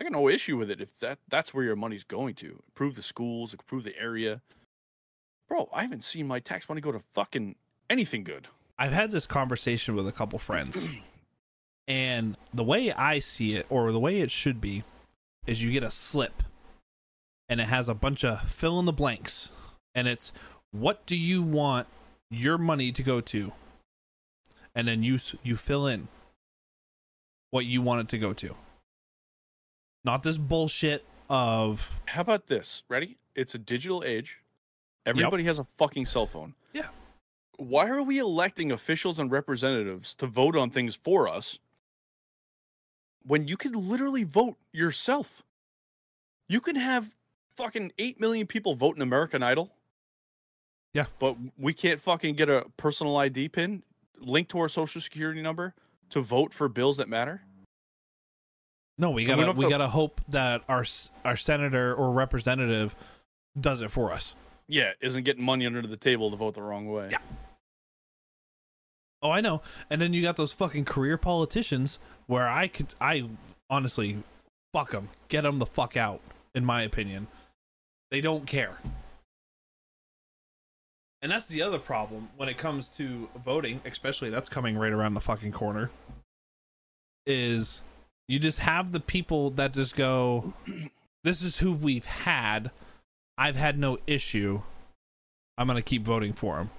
Speaker 3: I got no issue with it if that that's where your money's going to improve the schools, improve the area. Bro, I haven't seen my tax money go to fucking anything good.
Speaker 4: I've had this conversation with a couple friends, and the way I see it, or the way it should be, is you get a slip, and it has a bunch of fill in the blanks, and it's what do you want your money to go to, and then you s- you fill in what you want it to go to. Not this bullshit of
Speaker 3: How about this? Ready? It's a digital age. Everybody has a fucking cell phone.
Speaker 4: Yeah.
Speaker 3: Why are we electing officials and representatives to vote on things for us when you can literally vote yourself? You can have fucking 8 million people vote in American Idol.
Speaker 4: Yeah.
Speaker 3: But we can't fucking get a personal ID pin linked to our social security number to vote for bills that matter.
Speaker 4: no, we
Speaker 3: And we
Speaker 4: gotta
Speaker 3: don't
Speaker 4: we
Speaker 3: go-
Speaker 4: gotta hope that our s- our senator or representative does it for us.
Speaker 3: Yeah, isn't getting money under the table to vote the wrong way.
Speaker 4: Yeah. Oh, I know. And then you got those fucking career politicians where I could, I honestly, fuck them, get them the fuck out. In my opinion, they don't care. And that's the other problem when it comes to voting, especially that's coming right around the fucking corner. Is you just have the people that just go, "This is who we've had. I've had no issue. I'm gonna keep voting for him."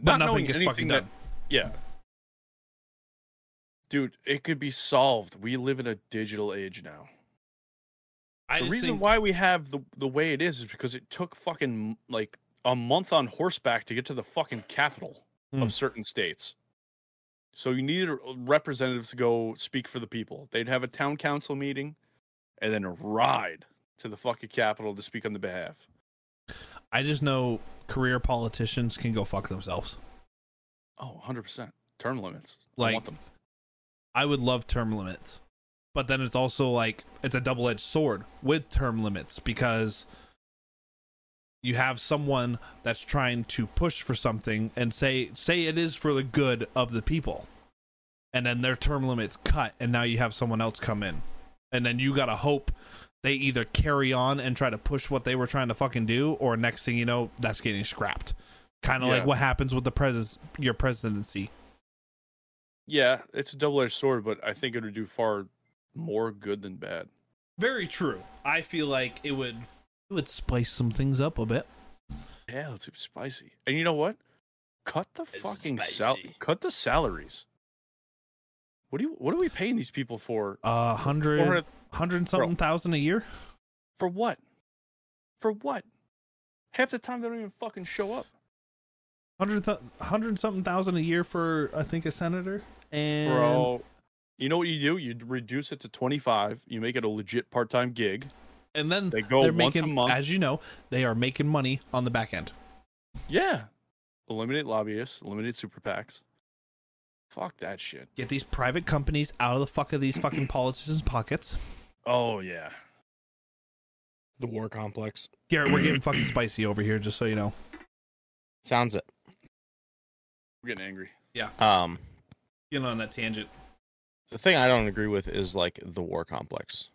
Speaker 4: But
Speaker 3: Not
Speaker 4: nothing
Speaker 3: knowing
Speaker 4: gets fucking
Speaker 3: anything
Speaker 4: done.
Speaker 3: that- Yeah. Dude, it could be solved. We live in a digital age now.
Speaker 4: I
Speaker 3: the
Speaker 4: just
Speaker 3: reason
Speaker 4: think-
Speaker 3: why we have the, the way it is is because it took fucking like a month on horseback to get to the fucking capital
Speaker 4: Mm.
Speaker 3: of certain states. So you needed r- representatives to go speak for the people. They'd have a town council meeting and then ride to the fucking capital to speak on the behalf.
Speaker 4: I just know career politicians can go fuck themselves.
Speaker 3: Oh, 100%. Term limits. I
Speaker 4: Like
Speaker 3: want them.
Speaker 4: I would love term limits. But then it's also like it's a double-edged sword with term limits because you have someone that's trying to push for something and say say it is for the good of the people. And then their term limits cut and now you have someone else come in. And then you got to hope they either carry on and try to push what they were trying to fucking do or next thing you know that's getting scrapped. Kind of like
Speaker 3: Yeah.
Speaker 4: what happens with the pres your presidency.
Speaker 3: Yeah, it's a double edged sword, but I think it would do far more good than bad.
Speaker 4: Very true. I feel like it would it would spice some things up a bit.
Speaker 3: Yeah, it's spicy. And you know what? Cut the fucking sal-
Speaker 2: spicy.
Speaker 3: cut the salaries. What do you what are we paying these people for?
Speaker 4: Uh,
Speaker 3: Or
Speaker 4: hundred hundred and something
Speaker 3: Bro.
Speaker 4: thousand a year.
Speaker 3: for what? For what? Half the time they don't even fucking show up.
Speaker 4: Hundred th- hundred something thousand a year for I think a senator and
Speaker 3: Bro. You know what you do? You d- reduce it to 25. You make it a legit part-time gig.
Speaker 4: and then
Speaker 3: They go
Speaker 4: they're
Speaker 3: once
Speaker 4: making,
Speaker 3: a month.
Speaker 4: as you know, they are making money on the back end.
Speaker 3: yeah. Eliminate lobbyists. Eliminate super PACs. Fuck that shit.
Speaker 4: Get these private companies out of the fuck of these fucking politicians' pockets.
Speaker 3: Oh yeah.
Speaker 2: The war complex.
Speaker 4: Garrett, we're getting fucking spicy over here, just so you know.
Speaker 2: Sounds it.
Speaker 3: We're getting angry.
Speaker 2: Um,
Speaker 4: Getting on that tangent.
Speaker 2: the thing I don't agree with is like the war complex.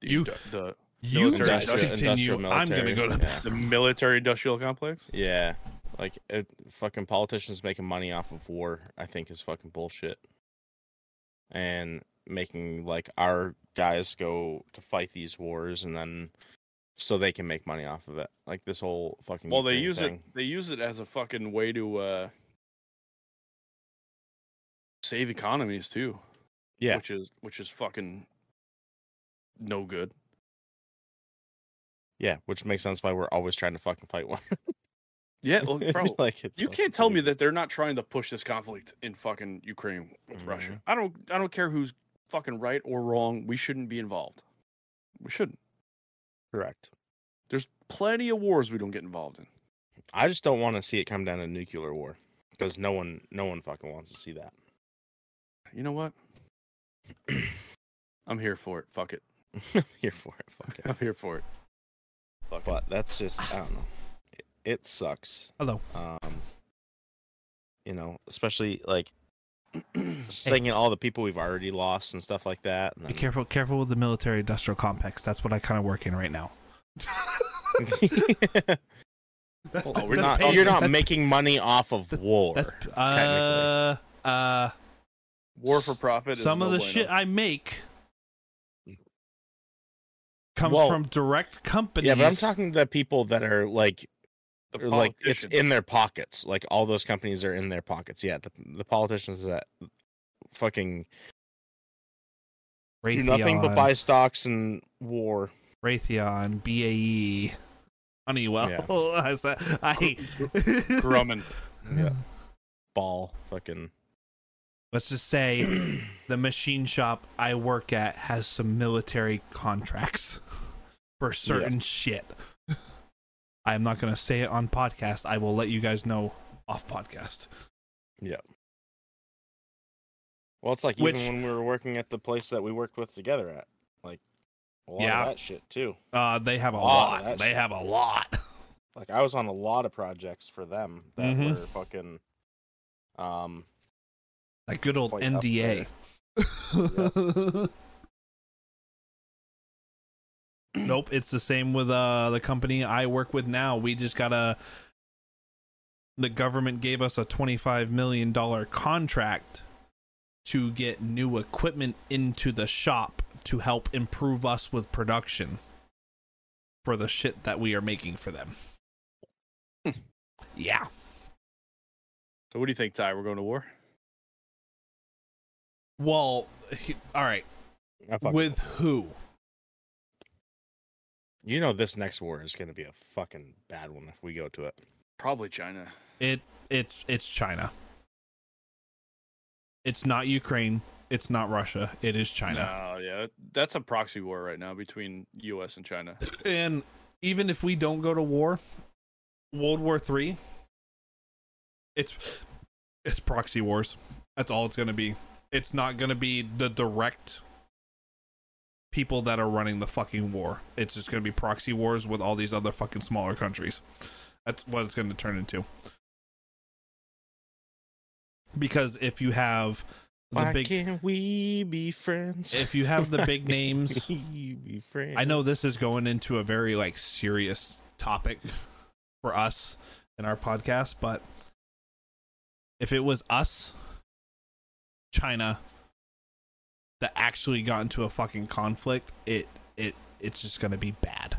Speaker 3: The,
Speaker 4: You-
Speaker 3: indu- the
Speaker 4: You
Speaker 3: Military
Speaker 4: guys
Speaker 3: industrial-
Speaker 4: continue.
Speaker 2: industrial
Speaker 4: I'm gonna
Speaker 2: military,
Speaker 4: go to
Speaker 2: yeah.
Speaker 3: the military industrial complex.
Speaker 2: Yeah, like it, fucking politicians making money off of war, I think is fucking bullshit. And making like our guys go to fight these wars and then so they can make money off of it. Like this whole fucking
Speaker 3: Well, they
Speaker 2: Ukraine
Speaker 3: use it.
Speaker 2: thing.
Speaker 3: They use it as a fucking way to uh, save economies too.
Speaker 2: Yeah.
Speaker 3: which is which is fucking no good.
Speaker 2: Yeah, which makes sense why we're always trying to fucking fight one.
Speaker 3: Yeah, well, bro,
Speaker 2: like it's
Speaker 3: you
Speaker 2: fucking
Speaker 3: can't tell me
Speaker 2: stupid.
Speaker 3: that they're not trying to push this conflict in fucking Ukraine with
Speaker 2: Mm-hmm.
Speaker 3: Russia. I don't. I don't care who's fucking right or wrong. We shouldn't be involved. We shouldn't.
Speaker 2: Correct.
Speaker 3: There's plenty of wars we don't get involved in.
Speaker 2: I just don't want to see it come down to nuclear war because no one, no one fucking wants to see that.
Speaker 3: You know what? I'm here for it. Fuck it.
Speaker 2: Here for it, fuck it.
Speaker 3: I'm here for it. Fuck it.
Speaker 2: But that's just, I don't know. It, it sucks.
Speaker 4: Hello.
Speaker 2: Um, you know, especially like just thinking all the people we've already lost and stuff like that. And
Speaker 4: Be
Speaker 2: then-
Speaker 4: careful, careful with the military industrial complex. That's what I kind of work in right now. That's
Speaker 2: Well,
Speaker 3: Oh,
Speaker 4: the-
Speaker 2: we're
Speaker 4: that's
Speaker 2: not,
Speaker 4: paying-
Speaker 2: you're not
Speaker 4: that's-
Speaker 2: making money off of war.
Speaker 4: That's uh, uh,
Speaker 3: War for profit. is
Speaker 4: some of
Speaker 3: no
Speaker 4: the
Speaker 3: bueno.
Speaker 4: shit I make comes
Speaker 2: Well,
Speaker 4: from direct companies.
Speaker 2: yeah, but I'm talking to the people that are like,
Speaker 3: The
Speaker 2: or, like it's
Speaker 3: politicians.
Speaker 2: in their pockets. Like all those companies are in their pockets. Yeah, the, the politicians that fucking do
Speaker 4: Raytheon,
Speaker 2: nothing but buy stocks and war.
Speaker 4: Raytheon, BAE, Honeywell.
Speaker 2: Yeah.
Speaker 4: I said- I
Speaker 3: Grumman.
Speaker 2: Yeah. Ball, fucking.
Speaker 4: Let's just say the machine shop I work at has some military contracts for certain shit. I'm not gonna say it on podcast. I will let you guys know off podcast.
Speaker 2: Well, it's like
Speaker 4: Which-
Speaker 2: even when we were working at the place that we worked with together at, like a lot
Speaker 4: Yeah.
Speaker 2: of that shit too.
Speaker 4: Uh, they have a
Speaker 2: Wow,
Speaker 4: lot.
Speaker 2: that's-
Speaker 4: They have a lot.
Speaker 2: Like I was on a lot of projects for them that
Speaker 4: Mhm.
Speaker 2: were fucking, um,
Speaker 4: That good old
Speaker 2: Quite up
Speaker 4: NDA. nope, it's the same with uh the company I work with now. We just got a the government gave us a 25 million dollar contract to get new equipment into the shop to help improve us with production for the shit that we are making for them.
Speaker 3: Hmm.
Speaker 4: yeah.
Speaker 3: So what do you think, Ty? We're going to war?
Speaker 4: Well, he- all right.
Speaker 2: I fucking-
Speaker 4: With who?
Speaker 2: you know this next war is gonna be a fucking bad one if we go to it.
Speaker 3: Probably China.
Speaker 4: It it's it's China. It's not Ukraine. It's not Russia. It is China.
Speaker 3: No, yeah, that's a proxy war right now between U.S. and China.
Speaker 4: And even if we don't go to war, World War Three, it's it's proxy wars. That's all it's gonna be. It's not gonna be the direct people that are running the fucking war. It's just gonna be proxy wars with all these other fucking smaller countries. That's what it's gonna turn into. Because if you have the
Speaker 2: Why
Speaker 4: big
Speaker 2: can't we be friends?
Speaker 4: if you have the big names
Speaker 2: we be friends.
Speaker 4: I know this is going into a very like serious topic for us in our podcast, but if it was us, China, that actually got into a fucking conflict, it it it's just gonna be bad.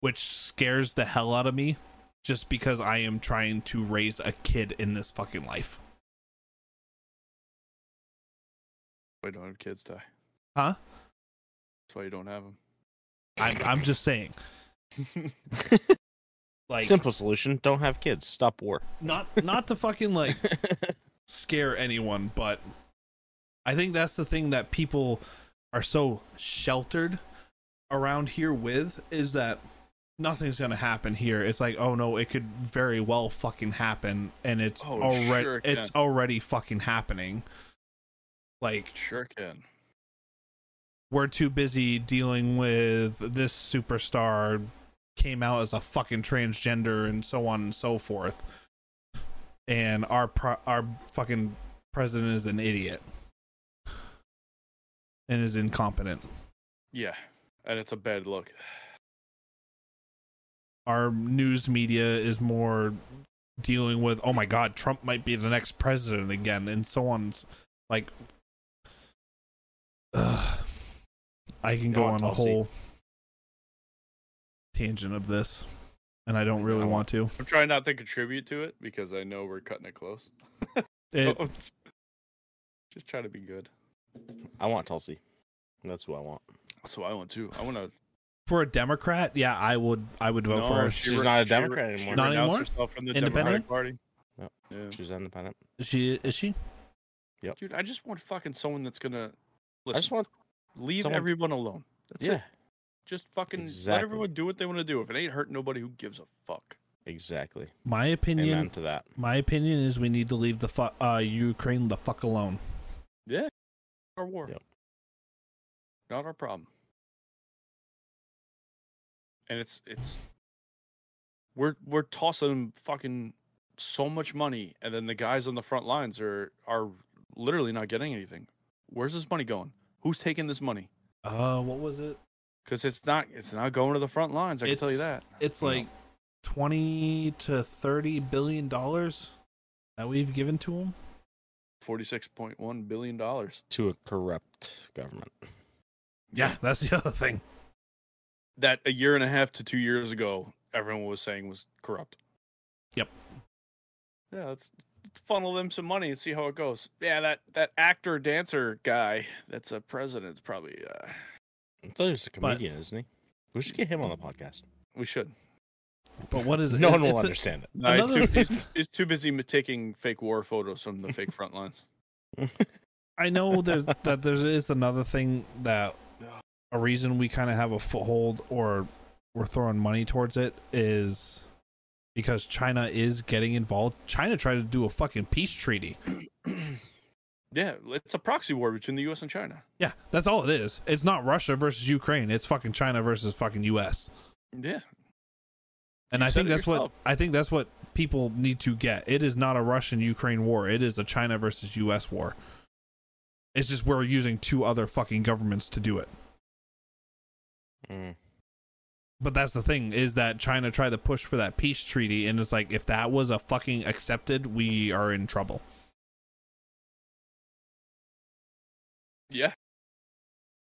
Speaker 4: Which scares the hell out of me just because I am trying to raise a kid in this fucking life.
Speaker 3: That's why you don't have kids, Ty.
Speaker 4: Huh?
Speaker 3: That's why you don't have them.
Speaker 4: I'm I'm just saying. like
Speaker 2: Simple solution: don't have kids. Stop war.
Speaker 4: not not to fucking like scare anyone, but I think that's the thing that people are so sheltered around here with is that nothing's gonna happen here. It's like, oh no, it could very well fucking happen, and it's
Speaker 3: Oh,
Speaker 4: already
Speaker 3: sure it can.
Speaker 4: it's already fucking happening. Like
Speaker 3: Sure can.
Speaker 4: we're too busy dealing with this superstar came out as a fucking transgender and so on and so forth. And our pro- our fucking president is an idiot and is incompetent.
Speaker 3: Yeah, and it's a bad look.
Speaker 4: Our news media is more dealing with oh my god, Trump might be the next president again and so on and s- like Ugh. I can go
Speaker 2: Yeah,
Speaker 4: on a
Speaker 2: I'll see.
Speaker 4: whole tangent of this and I don't really
Speaker 2: Yeah.
Speaker 4: want to. Uh,
Speaker 3: I'm trying not to contribute to it because I know we're cutting it close.
Speaker 4: It,
Speaker 3: Just try to be good.
Speaker 2: I want Tulsi. That's who I want.
Speaker 3: That's what I want too. I want to.
Speaker 4: for a Democrat, yeah, I would I would vote
Speaker 2: No,
Speaker 4: for her.
Speaker 2: she- She's not a Democrat anymore.
Speaker 4: Not
Speaker 3: renounced
Speaker 4: anymore?
Speaker 3: Herself from the
Speaker 4: Independent?
Speaker 3: Democratic Party.
Speaker 2: Yep.
Speaker 3: Yeah.
Speaker 2: She's independent.
Speaker 4: She is she?
Speaker 3: Dude, I just want fucking someone that's gonna
Speaker 2: I just
Speaker 3: listen.
Speaker 2: want.
Speaker 3: leave
Speaker 2: someone-
Speaker 3: everyone alone. That's
Speaker 2: yeah,
Speaker 3: it. Just fucking let
Speaker 2: Exactly.
Speaker 3: everyone do what they want to do. If it ain't hurting nobody, who gives a fuck?
Speaker 2: exactly.
Speaker 4: My opinion.
Speaker 2: Amen to that.
Speaker 4: My opinion is we need to leave the fu- uh, Ukraine the fuck alone.
Speaker 3: Our war.
Speaker 2: Yep.
Speaker 3: Not our problem. And it's it's we're we're tossing 'em fucking so much money, and then the guys on the front lines are are literally not getting anything. Where's this money going? Who's taking this money?
Speaker 4: Uh, what was it?
Speaker 3: Because it's not it's not going to the front lines. I can tell you
Speaker 4: It's-
Speaker 3: that.
Speaker 4: It's
Speaker 2: No.
Speaker 4: like twenty to thirty billion dollars that we've given to them.
Speaker 3: Forty six point one billion dollars.
Speaker 2: To a corrupt government.
Speaker 4: Yeah, that's the other thing.
Speaker 3: that a year and a half to two years ago everyone was saying was corrupt.
Speaker 4: Yep.
Speaker 3: Yeah, let's, let's funnel them some money and see how it goes. Yeah, that that actor dancer guy that's a president's probably. Uh,
Speaker 2: I thought he was a
Speaker 4: But-
Speaker 2: comedian, isn't he? We should get him on the podcast.
Speaker 3: we should.
Speaker 4: But what is it?
Speaker 2: No
Speaker 4: It-
Speaker 2: one will
Speaker 4: it's a-
Speaker 2: understand it.
Speaker 3: No, he's,
Speaker 4: Another-
Speaker 3: too, he's, he's too busy m- taking fake war photos from the fake front lines.
Speaker 4: I know there, that there is another thing that a reason we kind of have a foothold or we're throwing money towards it is because China is getting involved. China tried to do a fucking peace treaty.
Speaker 3: Yeah, it's a proxy war between the U.S. and China.
Speaker 4: Yeah, that's all it is. It's not Russia versus Ukraine. It's fucking China versus fucking U.S.
Speaker 3: Yeah,
Speaker 4: And
Speaker 3: You
Speaker 4: I
Speaker 3: said
Speaker 4: think
Speaker 3: it
Speaker 4: that's
Speaker 3: yourself.
Speaker 4: what I think that's what people need to get. It is not a Russian Ukraine war. It is a China versus U.S. war. It's just we're using two other fucking governments to do it.
Speaker 2: Mm.
Speaker 4: But that's the thing is that China tried to push for that peace treaty, and it's like if that was a fucking accepted, we are in trouble.
Speaker 3: yeah.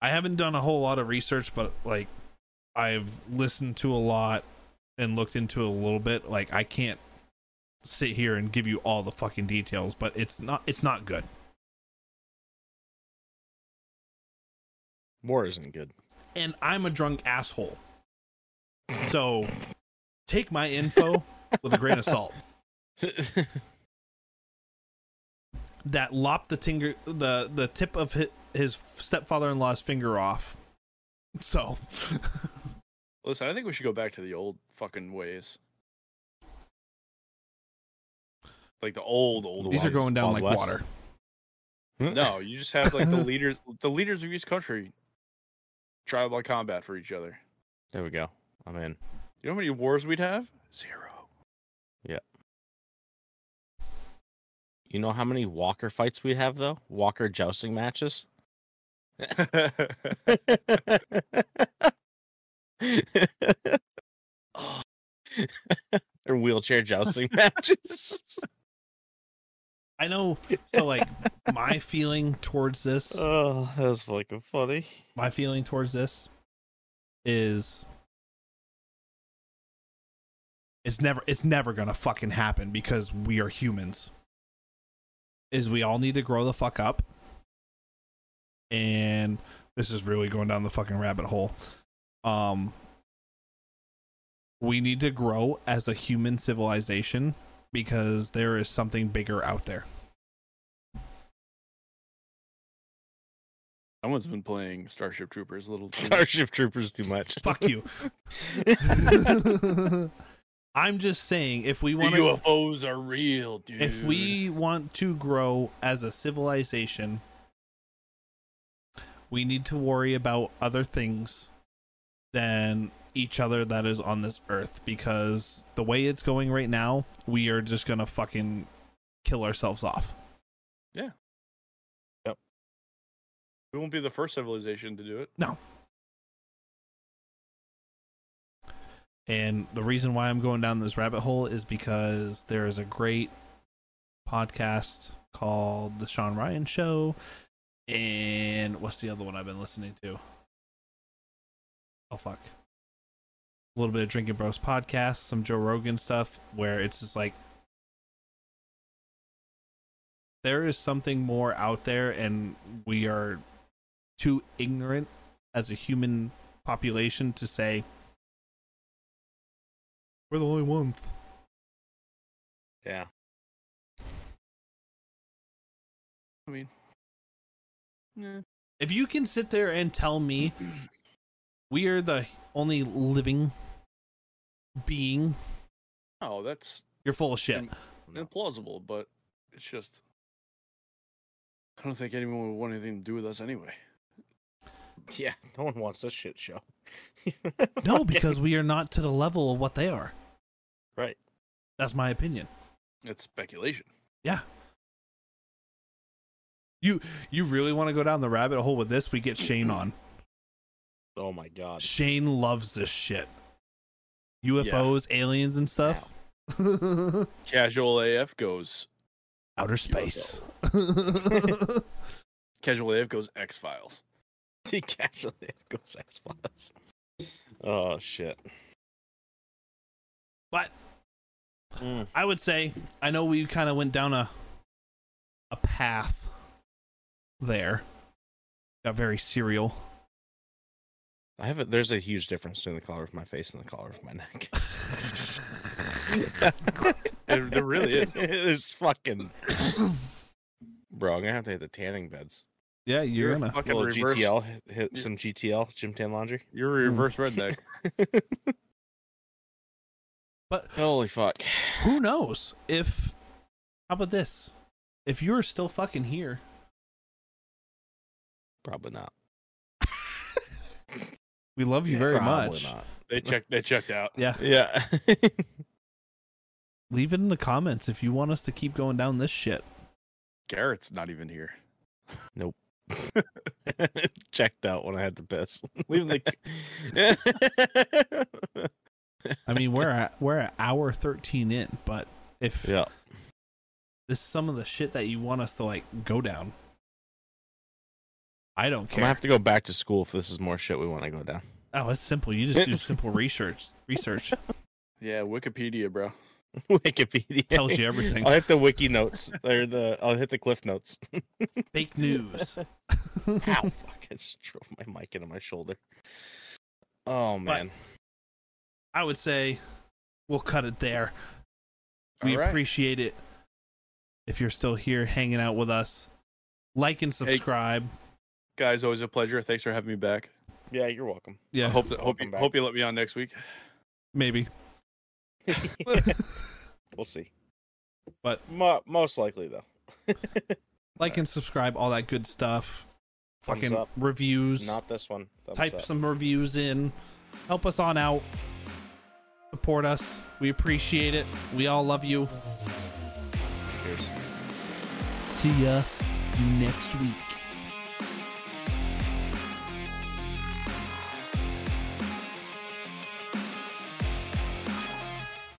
Speaker 4: I haven't done a whole lot of research, but like I've listened to a lot and looked into it a little bit. Like I can't sit here and give you all the fucking details, but it's not it's not good.
Speaker 2: War isn't good.
Speaker 4: And I'm a drunk asshole. So take my info with a grain of salt. That lopped the tinger the the tip of his, his stepfather-in-law's finger off. So
Speaker 3: Listen, I think we should go back to the old fucking ways. Like the old old.
Speaker 2: Wild-
Speaker 4: these are
Speaker 3: ways.
Speaker 4: going down
Speaker 2: Wild
Speaker 4: like
Speaker 2: West.
Speaker 4: water.
Speaker 3: No, you just have like the leaders, the leaders of each country, trial by combat for each other.
Speaker 2: There we go. I'm in.
Speaker 3: You know how many wars we'd have? Zero.
Speaker 2: You know how many Walker fights we have though? Walker jousting matches. or wheelchair jousting matches.
Speaker 4: I know so like my feeling towards this
Speaker 2: Oh, that's fucking funny.
Speaker 4: my feeling towards this is it's never it's never gonna fucking happen because we are humans is we all need to grow the fuck up and this is really going down the fucking rabbit hole um we need to grow as a human civilization because there is something bigger out there
Speaker 3: Someone's been playing Starship Troopers a little. too much.
Speaker 2: Starship Troopers too much.
Speaker 4: Fuck you. I'm just saying, if we
Speaker 3: The
Speaker 4: want to,
Speaker 3: UFOs are real, dude.
Speaker 4: if we want to grow as a civilization, we need to worry about other things than each other that is on this earth because the way it's going right now, we are just gonna fucking kill ourselves off.
Speaker 3: we won't be the first civilization to do it.
Speaker 4: And the reason why I'm going down this rabbit hole is because there is a great podcast called The Sean Ryan Show. And what's the other one I've been listening to? Oh, fuck. A little bit of Drinking Bros podcast, some Joe Rogan stuff, where it's just like there is something more out there, and we are too ignorant as a human population to say, we're the only ones.
Speaker 2: Yeah.
Speaker 3: I mean, yeah.
Speaker 4: If you can sit there and tell me we are the only living being,
Speaker 3: oh, that's
Speaker 4: you're full of shit.
Speaker 3: Oh,
Speaker 2: No.
Speaker 3: implausible, but it's just. I don't think anyone would want anything to do with us anyway.
Speaker 2: Yeah. No one wants this shit show.
Speaker 4: No,
Speaker 2: Fucking-
Speaker 4: because we are not to the level of what they are.
Speaker 2: Right.
Speaker 4: That's my opinion.
Speaker 3: It's speculation.
Speaker 4: You you really want to go down the rabbit hole with this? We get Shane on.
Speaker 2: Oh my god.
Speaker 4: Shane loves this shit. UFOs, aliens and stuff.
Speaker 3: Casual AF goes.
Speaker 4: Outer space.
Speaker 3: Casual AF goes X Files.
Speaker 2: He casually goes X Files. Oh shit.
Speaker 4: but
Speaker 2: Mm.
Speaker 4: I would say I know we kind of went down a a path there. Got very serial.
Speaker 2: I have a, there's a huge difference between the color of my face and the color of my neck.
Speaker 3: There- there really is.
Speaker 2: It's fucking. Bro, I'm gonna have to hit the tanning beds.
Speaker 4: Yeah, you're,
Speaker 3: a
Speaker 4: gonna.
Speaker 3: fucking
Speaker 2: Little
Speaker 3: reverse.
Speaker 2: GTL, hit- hit
Speaker 3: You're-
Speaker 2: some GTL, Jim Tan Laundry.
Speaker 3: You're a reverse redneck.
Speaker 4: But
Speaker 2: Holy fuck.
Speaker 4: who knows if? How about this? If you're still fucking here,
Speaker 2: Probably not.
Speaker 4: we love you very
Speaker 2: Probably
Speaker 4: much.
Speaker 2: not.
Speaker 3: they checked. They checked out.
Speaker 4: Yeah,
Speaker 2: Yeah.
Speaker 4: leave it in the comments if you want us to keep going down this shit.
Speaker 3: Garrett's not even here.
Speaker 2: Checked out when I had the piss.
Speaker 3: Leave the
Speaker 4: I mean, we're at we're at hour thirteen in, but if
Speaker 2: yeah.
Speaker 4: this is some of the shit that you want us to like go down, I don't
Speaker 2: I'm gonna
Speaker 4: care.
Speaker 2: have to go back to school if this is more shit we want to go down.
Speaker 4: Oh, it's simple. You just do simple research. Research
Speaker 3: Yeah, Wikipedia, bro.
Speaker 2: Wikipedia
Speaker 4: tells you everything.
Speaker 2: I'll hit the wiki notes or the I'll hit the cliff notes.
Speaker 4: Fake news.
Speaker 2: Ow! Fuck! I just drove my mic into my shoulder. Oh man!
Speaker 4: I would say we'll cut it there. We
Speaker 3: All right.
Speaker 4: appreciate it. If you're still here hanging out with us, like and subscribe.
Speaker 3: Guys, always a pleasure. Thanks for having me back.
Speaker 2: Yeah, you're welcome.
Speaker 4: yeah,
Speaker 3: I hope that, hope
Speaker 2: Welcome
Speaker 3: you
Speaker 2: back.
Speaker 3: hope you let me on next week.
Speaker 4: maybe.
Speaker 2: we'll see.
Speaker 4: But-
Speaker 2: Mo- most likely though,
Speaker 4: Like and subscribe, all that good stuff.
Speaker 2: Thumbs
Speaker 4: Fucking
Speaker 2: up.
Speaker 4: reviews.
Speaker 2: not this one. Thumbs
Speaker 4: Type
Speaker 2: up.
Speaker 4: some reviews in. Help us on out. Support us. We appreciate it. We all love you.
Speaker 2: Cheers.
Speaker 4: See ya next week.